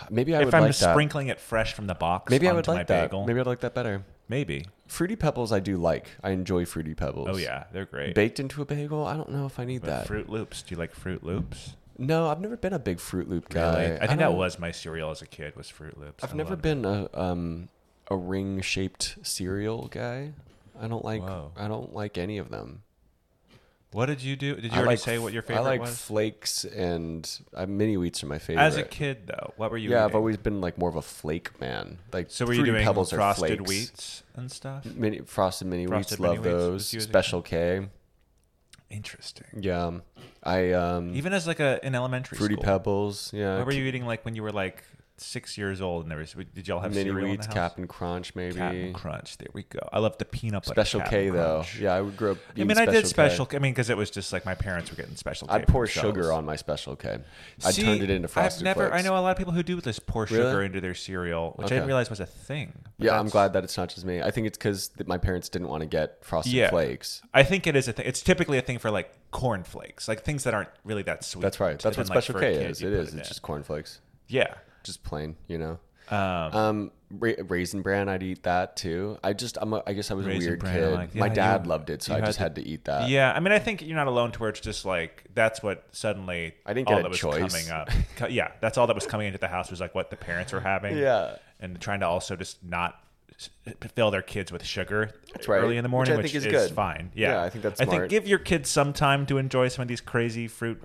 Speaker 2: Maybe I
Speaker 1: if
Speaker 2: would
Speaker 1: I'm
Speaker 2: like
Speaker 1: just
Speaker 2: that.
Speaker 1: sprinkling it fresh from the box,
Speaker 2: Maybe I
Speaker 1: onto
Speaker 2: would
Speaker 1: my
Speaker 2: like that.
Speaker 1: bagel.
Speaker 2: Maybe I'd like that better.
Speaker 1: Maybe.
Speaker 2: Fruity pebbles, I do like. I enjoy fruity pebbles.
Speaker 1: Oh yeah, they're great.
Speaker 2: Baked into a bagel, I don't know if I need
Speaker 1: But
Speaker 2: that.
Speaker 1: Fruit Loops. Do you like Fruit Loops?
Speaker 2: no, I've never been a big Fruit Loop guy.
Speaker 1: Really? I think that
Speaker 2: don't-
Speaker 1: was my cereal as a kid was Fruit Loops.
Speaker 2: I've
Speaker 1: I
Speaker 2: never
Speaker 1: loved
Speaker 2: been a um a ring shaped cereal guy. I don't like.
Speaker 1: Whoa.
Speaker 2: I don't like any of them.
Speaker 1: it. What did you do? Did you
Speaker 2: I
Speaker 1: already
Speaker 2: like,
Speaker 1: say what your
Speaker 2: I
Speaker 1: favorite
Speaker 2: like
Speaker 1: was?
Speaker 2: flakes and uh, mini wheats are my favorite.
Speaker 1: As a kid, though, what were you?
Speaker 2: yeah, I've
Speaker 1: eating?
Speaker 2: always been like more of a flake man. Like
Speaker 1: So were you
Speaker 2: Fruity
Speaker 1: doing
Speaker 2: pebbles
Speaker 1: frosted
Speaker 2: are flakes. Mm.
Speaker 1: wheats and stuff?
Speaker 2: Mini, frosted mini
Speaker 1: Frosted
Speaker 2: wheats,
Speaker 1: Mini
Speaker 2: love
Speaker 1: Wheats was
Speaker 2: those.
Speaker 1: you as a
Speaker 2: Special K.
Speaker 1: Interesting.
Speaker 2: Yeah, I um
Speaker 1: Even as like a in elementary
Speaker 2: fruity
Speaker 1: school.
Speaker 2: pebbles. Yeah,
Speaker 1: What were you eating like when you were like six years old? And there was did y'all have
Speaker 2: mini
Speaker 1: cereal
Speaker 2: wheats,
Speaker 1: in the house?
Speaker 2: Captain Crunch, maybe.
Speaker 1: Captain Crunch. There we go. I love the peanut butter.
Speaker 2: Special
Speaker 1: Captain
Speaker 2: K though.
Speaker 1: Crunch.
Speaker 2: Yeah, I would grow up.
Speaker 1: I
Speaker 2: eating
Speaker 1: mean, I did
Speaker 2: K.
Speaker 1: special. K- I mean, because it was just like my parents were getting special.
Speaker 2: I'd
Speaker 1: K for
Speaker 2: pour
Speaker 1: themselves.
Speaker 2: sugar on my special K. I
Speaker 1: See,
Speaker 2: turned it into frosted
Speaker 1: I've never.
Speaker 2: Flakes.
Speaker 1: I know a lot of people who do this. Pour
Speaker 2: Really?
Speaker 1: sugar into their cereal, which I
Speaker 2: Okay.
Speaker 1: didn't realize was a thing. but
Speaker 2: Yeah, I'm
Speaker 1: that's-
Speaker 2: glad that it's not just me. I think it's because my parents didn't want to get frosted
Speaker 1: Yeah.
Speaker 2: flakes.
Speaker 1: I think it is a thing. It's typically a thing for like corn flakes, like things that aren't really that sweet.
Speaker 2: That's right. That's
Speaker 1: And
Speaker 2: what
Speaker 1: then, like,
Speaker 2: special
Speaker 1: for a
Speaker 2: K
Speaker 1: kid,
Speaker 2: is.
Speaker 1: you
Speaker 2: It
Speaker 1: put
Speaker 2: is. It's
Speaker 1: in.
Speaker 2: just cornflakes,
Speaker 1: yeah.
Speaker 2: just plain. You know.
Speaker 1: Um,
Speaker 2: Um, ra- raisin bran, I'd eat that too. I just, I'm a, I guess I was
Speaker 1: Raisin
Speaker 2: a weird
Speaker 1: Bran, I
Speaker 2: kid.
Speaker 1: like-
Speaker 2: my
Speaker 1: yeah,
Speaker 2: dad
Speaker 1: you-
Speaker 2: loved it, so
Speaker 1: you
Speaker 2: I
Speaker 1: had
Speaker 2: just
Speaker 1: to-
Speaker 2: had to eat that.
Speaker 1: yeah, I mean, I think you're not alone to where it's just like that's what suddenly
Speaker 2: I didn't
Speaker 1: all
Speaker 2: get a
Speaker 1: that was
Speaker 2: choice.
Speaker 1: coming up. co- yeah, that's all that was coming into the house was like what the parents were having.
Speaker 2: [LAUGHS] Yeah.
Speaker 1: and trying to also just not s- fill their kids with sugar
Speaker 2: right.
Speaker 1: early in the
Speaker 2: Which
Speaker 1: morning,
Speaker 2: I
Speaker 1: which,
Speaker 2: think is
Speaker 1: is,
Speaker 2: good.
Speaker 1: fine. Yeah.
Speaker 2: Yeah, I think that's
Speaker 1: I
Speaker 2: smart.
Speaker 1: think give your kids some time to enjoy some of these crazy fruit.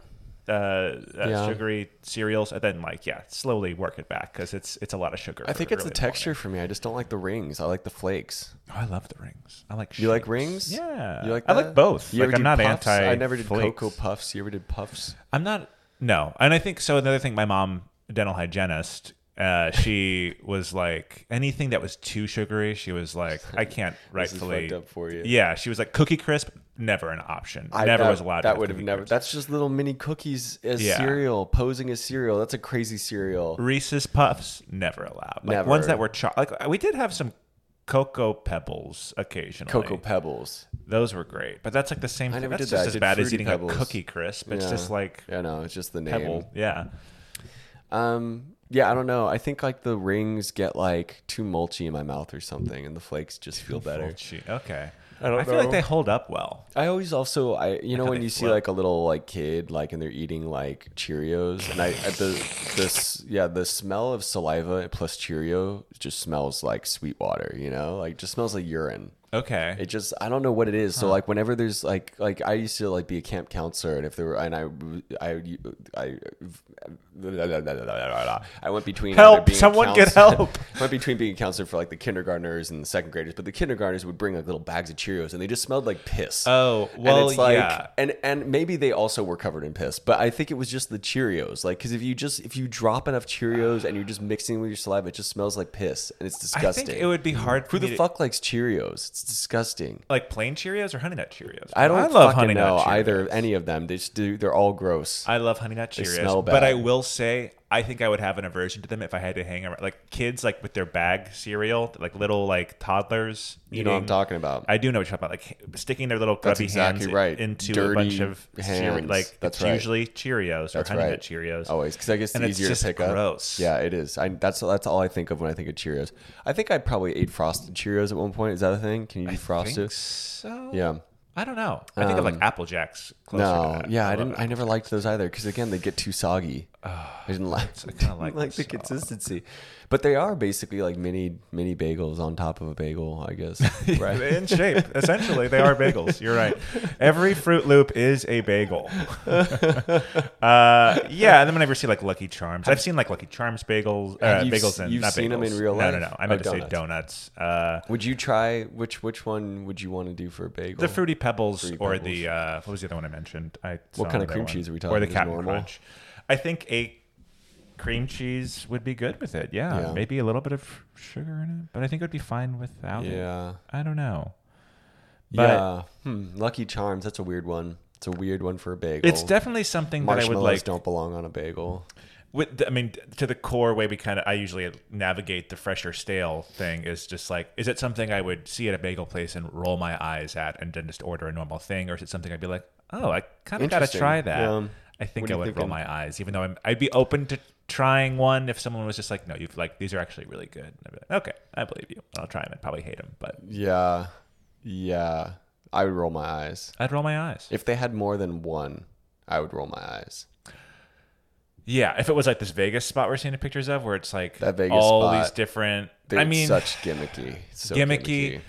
Speaker 1: Uh, uh,
Speaker 2: Yeah.
Speaker 1: sugary cereals, and then like yeah, slowly work it back because it's it's a lot of sugar.
Speaker 2: I
Speaker 1: for
Speaker 2: think it's
Speaker 1: early
Speaker 2: the
Speaker 1: in morning.
Speaker 2: texture for me. I just don't like the rings. I like the flakes.
Speaker 1: Oh, I love the rings. I like.
Speaker 2: You like
Speaker 1: shapes.
Speaker 2: rings?
Speaker 1: Yeah.
Speaker 2: You like
Speaker 1: I
Speaker 2: that?
Speaker 1: like both.
Speaker 2: You
Speaker 1: like
Speaker 2: ever
Speaker 1: I'm
Speaker 2: do
Speaker 1: not
Speaker 2: puffs?
Speaker 1: anti.
Speaker 2: I never did
Speaker 1: flakes.
Speaker 2: cocoa puffs. You ever did puffs?
Speaker 1: I'm not. No, and I think so. Another thing, my mom, a dental hygienist, uh,
Speaker 2: [LAUGHS]
Speaker 1: she was like anything that was too sugary. She was like, I can't
Speaker 2: [LAUGHS] This is
Speaker 1: rightfully.
Speaker 2: fucked up for you.
Speaker 1: Yeah, she was like cookie crisp, never an option.
Speaker 2: I-
Speaker 1: never
Speaker 2: that,
Speaker 1: was allowed. to
Speaker 2: That would have
Speaker 1: Cookie
Speaker 2: never.
Speaker 1: Crisp.
Speaker 2: That's just little mini cookies as
Speaker 1: Yeah.
Speaker 2: cereal, posing as cereal. That's a crazy cereal.
Speaker 1: Reese's Puffs, never allowed. Like
Speaker 2: Never.
Speaker 1: ones that were cho- like we did have some cocoa pebbles occasionally.
Speaker 2: Cocoa Pebbles.
Speaker 1: Those were great, but that's like the same.
Speaker 2: I
Speaker 1: thing.
Speaker 2: never
Speaker 1: that's
Speaker 2: did that. I
Speaker 1: just as
Speaker 2: did
Speaker 1: bad as
Speaker 2: Fruity
Speaker 1: eating
Speaker 2: Pebbles.
Speaker 1: a cookie crisp. It's
Speaker 2: Yeah.
Speaker 1: just like
Speaker 2: Yeah, no, it's just the name.
Speaker 1: pebble. Yeah.
Speaker 2: Um, Yeah, I don't know. I think like the rings get like too mulchy in my mouth or something, and the flakes just feel better.
Speaker 1: Fulci. Okay.
Speaker 2: I don't
Speaker 1: I feel
Speaker 2: know.
Speaker 1: like they hold up well.
Speaker 2: I always also I you know
Speaker 1: how
Speaker 2: when
Speaker 1: they
Speaker 2: you see
Speaker 1: flip.
Speaker 2: like a little like kid like and they're eating like Cheerios and I at the this yeah the smell of saliva plus Cheerio just smells like sweet water you know like just smells like urine
Speaker 1: Okay.
Speaker 2: it just I don't know what it is so like whenever there's like like I used to like be a camp counselor and if there were and I I I
Speaker 1: uh,
Speaker 2: I went between
Speaker 1: Help,
Speaker 2: either being a
Speaker 1: someone get
Speaker 2: counselor-
Speaker 1: help.
Speaker 2: [LAUGHS] went between being a counselor for like the kindergartners and the second graders but the kindergartners would bring like little bags of Cheerios and they just smelled like piss
Speaker 1: Oh, well,
Speaker 2: and it's like,
Speaker 1: yeah.
Speaker 2: and and maybe they also were covered in piss, but I think it was just the Cheerios. Like, because if you just if you drop enough Cheerios and you're just mixing with your saliva, it just smells like piss, and it's
Speaker 1: I
Speaker 2: disgusting.
Speaker 1: think it would be hard for
Speaker 2: Who
Speaker 1: me
Speaker 2: the
Speaker 1: to-
Speaker 2: fuck likes Cheerios? It's disgusting.
Speaker 1: like plain Cheerios or Honey Nut Cheerios.
Speaker 2: I don't
Speaker 1: love
Speaker 2: fucking
Speaker 1: Honey
Speaker 2: know
Speaker 1: Nut Cheerios.
Speaker 2: either any of them. They just do. They're all gross.
Speaker 1: I love Honey Nut Cheerios,
Speaker 2: smell
Speaker 1: but
Speaker 2: bad.
Speaker 1: I will say I think I would have an aversion to them if I had to hang around like kids like with their bag cereal, like little like toddlers.
Speaker 2: you know what I'm
Speaker 1: eating-
Speaker 2: talking about.
Speaker 1: I do know what you're talking about, like sticking their little
Speaker 2: That's
Speaker 1: grubby
Speaker 2: exactly
Speaker 1: hands
Speaker 2: right.
Speaker 1: into
Speaker 2: Dirty
Speaker 1: a bunch of cereal.
Speaker 2: hands.
Speaker 1: Like
Speaker 2: That's
Speaker 1: it's
Speaker 2: right.
Speaker 1: usually Cheerios or
Speaker 2: That's
Speaker 1: Honey
Speaker 2: right.
Speaker 1: Nut Cheerios.
Speaker 2: Always, because I guess
Speaker 1: And
Speaker 2: it's
Speaker 1: it's
Speaker 2: easier
Speaker 1: just
Speaker 2: to pick
Speaker 1: gross.
Speaker 2: up. Yeah, it is. I, that's that's all I think of when I think of Cheerios. I think I probably ate frosted Cheerios at one point. Is that a thing? Can you eat
Speaker 1: I
Speaker 2: frosted?
Speaker 1: think so.
Speaker 2: Yeah. Um,
Speaker 1: I don't know. I think of like Apple Jacks. Closer
Speaker 2: No,
Speaker 1: to that.
Speaker 2: yeah, I
Speaker 1: love Oh,
Speaker 2: didn't. I never liked those either because again, they get
Speaker 1: [SIGHS]
Speaker 2: too soggy. I didn't like. I
Speaker 1: kinda
Speaker 2: didn't
Speaker 1: like
Speaker 2: like,
Speaker 1: the
Speaker 2: the
Speaker 1: sog.
Speaker 2: consistency, but they are basically like mini mini bagels on top of a bagel, I
Speaker 1: [LAUGHS]
Speaker 2: guess. Right?
Speaker 1: in shape. Essentially, they are bagels. You're right. Every Fruit Loop is a
Speaker 2: [LAUGHS]
Speaker 1: bagel. uh, yeah, and then whenever I see like Lucky Charms, I've seen like Lucky Charms bagels, uh,
Speaker 2: Have you
Speaker 1: bagels,
Speaker 2: s-
Speaker 1: and
Speaker 2: you've
Speaker 1: not
Speaker 2: seen 'em
Speaker 1: bagels.
Speaker 2: in real
Speaker 1: No, no,
Speaker 2: life? Oh,
Speaker 1: no. I
Speaker 2: Or
Speaker 1: meant to say donuts. Uh,
Speaker 2: would you try which which one would you want to do for a bagel?
Speaker 1: the fruity pebbles or
Speaker 2: Oh. Pebbles.
Speaker 1: the uh, what was the other one I mentioned? I saw
Speaker 2: kind of
Speaker 1: another
Speaker 2: cream
Speaker 1: one.
Speaker 2: cheese are we
Speaker 1: Or
Speaker 2: talking?
Speaker 1: the
Speaker 2: Just
Speaker 1: Captain
Speaker 2: normal?
Speaker 1: Crunch. I think a cream cheese would be good with it. Yeah,
Speaker 2: Yeah.
Speaker 1: maybe a little bit of sugar in it, but I think it would be fine without it.
Speaker 2: yeah,
Speaker 1: I don't know. But-
Speaker 2: yeah. Hmm, Lucky Charms. That's a weird one. It's a weird one for a bagel.
Speaker 1: It's definitely something that I
Speaker 2: marshmallows
Speaker 1: would like.
Speaker 2: don't belong on a bagel.
Speaker 1: With the, I mean, to the core way we kind of I usually navigate the fresh or stale thing is just like, is it something I would see at a bagel place and roll my eyes at, and then just order a normal thing, or is it something I'd be like, oh, I kind of got to
Speaker 2: Interesting.
Speaker 1: try that.
Speaker 2: Yeah.
Speaker 1: I think
Speaker 2: What are
Speaker 1: I
Speaker 2: you
Speaker 1: would roll
Speaker 2: thinking?
Speaker 1: my eyes, even though I'm, I'd be open to trying one if someone was just like, no, you've like these are actually really good. And I'd be like, okay, I believe you. I'll try them and probably hate them, but
Speaker 2: Yeah, yeah. I would roll my eyes
Speaker 1: I'd roll my eyes.
Speaker 2: if they had more than one. I would roll my eyes.
Speaker 1: Yeah, if it was like this Vegas spot we're seeing the pictures of, where it's like
Speaker 2: That Vegas
Speaker 1: all
Speaker 2: spot,
Speaker 1: these different.
Speaker 2: They're
Speaker 1: I mean,
Speaker 2: such gimmicky, so
Speaker 1: gimmicky,
Speaker 2: gimmicky.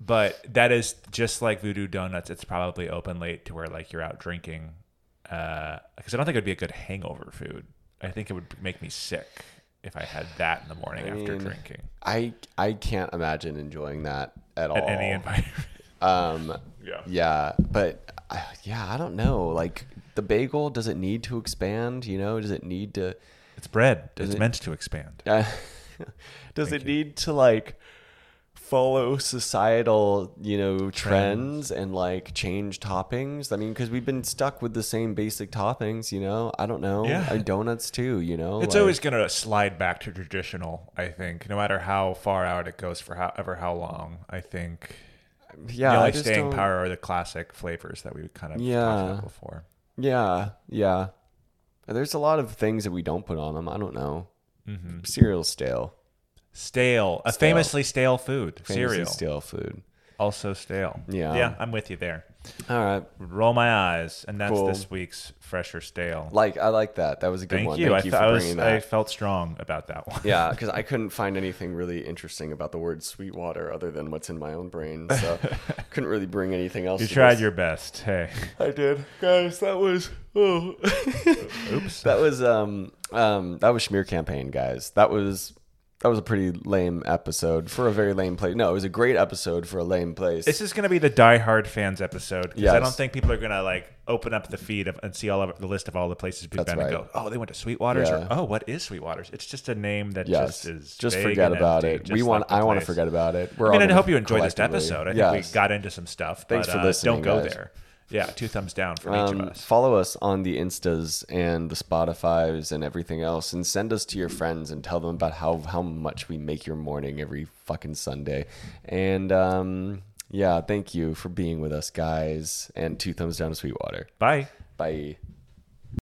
Speaker 1: but that is just like Voodoo Donuts. It's probably open late to where like you're out drinking, because I don't think it would be a good hangover food. I think it would make me sick if I had that in the morning after
Speaker 2: mean,
Speaker 1: drinking
Speaker 2: I I can't imagine enjoying that at,
Speaker 1: at
Speaker 2: all.
Speaker 1: any environment.
Speaker 2: um,
Speaker 1: yeah.
Speaker 2: yeah, but I, yeah, I don't know. Like the bagel, does it need to expand? You know, does it need to?
Speaker 1: [LAUGHS] it's bread. It's
Speaker 2: it-
Speaker 1: meant to expand.
Speaker 2: Uh, [LAUGHS] does it need to like follow societal, you know, trends, and like change toppings? I mean, because we've been stuck with the same basic toppings. You know, I don't know.
Speaker 1: Yeah.
Speaker 2: Uh, donuts too. You know,
Speaker 1: It's
Speaker 2: like-
Speaker 1: always going to slide back to traditional. I think, no matter how far out it goes for however how long. I think
Speaker 2: yeah.
Speaker 1: the
Speaker 2: I
Speaker 1: only
Speaker 2: just
Speaker 1: staying
Speaker 2: don't-
Speaker 1: power are the classic flavors that we kind of talked
Speaker 2: Yeah.
Speaker 1: about before.
Speaker 2: Yeah, yeah. There's a lot of things that we don't put on them. I don't know.
Speaker 1: Mm-hmm.
Speaker 2: Cereal stale.
Speaker 1: Stale, a
Speaker 2: Stale.
Speaker 1: famously stale food.
Speaker 2: Famously
Speaker 1: cereal,
Speaker 2: stale food.
Speaker 1: also stale.
Speaker 2: Yeah.
Speaker 1: yeah, I'm with you there.
Speaker 2: All right.
Speaker 1: Roll my eyes, and that's
Speaker 2: Cool.
Speaker 1: this week's fresh or stale.
Speaker 2: Like I like that. That was a good
Speaker 1: Thank
Speaker 2: one.
Speaker 1: you. I,
Speaker 2: Thank you
Speaker 1: th- I
Speaker 2: for
Speaker 1: was-
Speaker 2: bringing
Speaker 1: I
Speaker 2: that.
Speaker 1: felt strong about that one.
Speaker 2: yeah, because I couldn't find anything really interesting about the word Sweetwater other than what's in my own
Speaker 1: [LAUGHS]
Speaker 2: brain. So couldn't really bring anything else.
Speaker 1: You
Speaker 2: to
Speaker 1: tried
Speaker 2: this.
Speaker 1: your best.
Speaker 2: [LAUGHS]
Speaker 1: Hey,
Speaker 2: I did, guys. That was oh.
Speaker 1: oops.
Speaker 2: that was um um that was schmear campaign guys that was that was a pretty lame episode for a very lame place no it was a great episode for a lame place
Speaker 1: This is going to be the Die Hard fans episode because I
Speaker 2: Yes.
Speaker 1: don't think people are going to like open up the feed of, and see all of the list of all the places we've been and
Speaker 2: right.
Speaker 1: go, oh, they went to Sweetwaters
Speaker 2: Yeah.
Speaker 1: or oh, what is Sweetwaters? It's just a name that
Speaker 2: yes
Speaker 1: just is
Speaker 2: just
Speaker 1: vague
Speaker 2: forget
Speaker 1: and
Speaker 2: about
Speaker 1: empty,
Speaker 2: it
Speaker 1: just
Speaker 2: we want
Speaker 1: like the
Speaker 2: i want to
Speaker 1: place.
Speaker 2: forget about it we're
Speaker 1: I mean,
Speaker 2: all
Speaker 1: I
Speaker 2: gonna
Speaker 1: hope you enjoyed this
Speaker 2: collectively-
Speaker 1: episode. I think
Speaker 2: Yes.
Speaker 1: we got into some stuff.
Speaker 2: Thanks
Speaker 1: but,
Speaker 2: for
Speaker 1: uh,
Speaker 2: listening,
Speaker 1: Don't go
Speaker 2: guys.
Speaker 1: there. Yeah, two thumbs down from each of
Speaker 2: um,
Speaker 1: us.
Speaker 2: follow us on the instas and the spotifys and everything else and send us to your friends and tell them about how how much we make your morning every fucking sunday and um yeah thank you for being with us guys and two thumbs down to sweetwater
Speaker 1: Bye.
Speaker 2: bye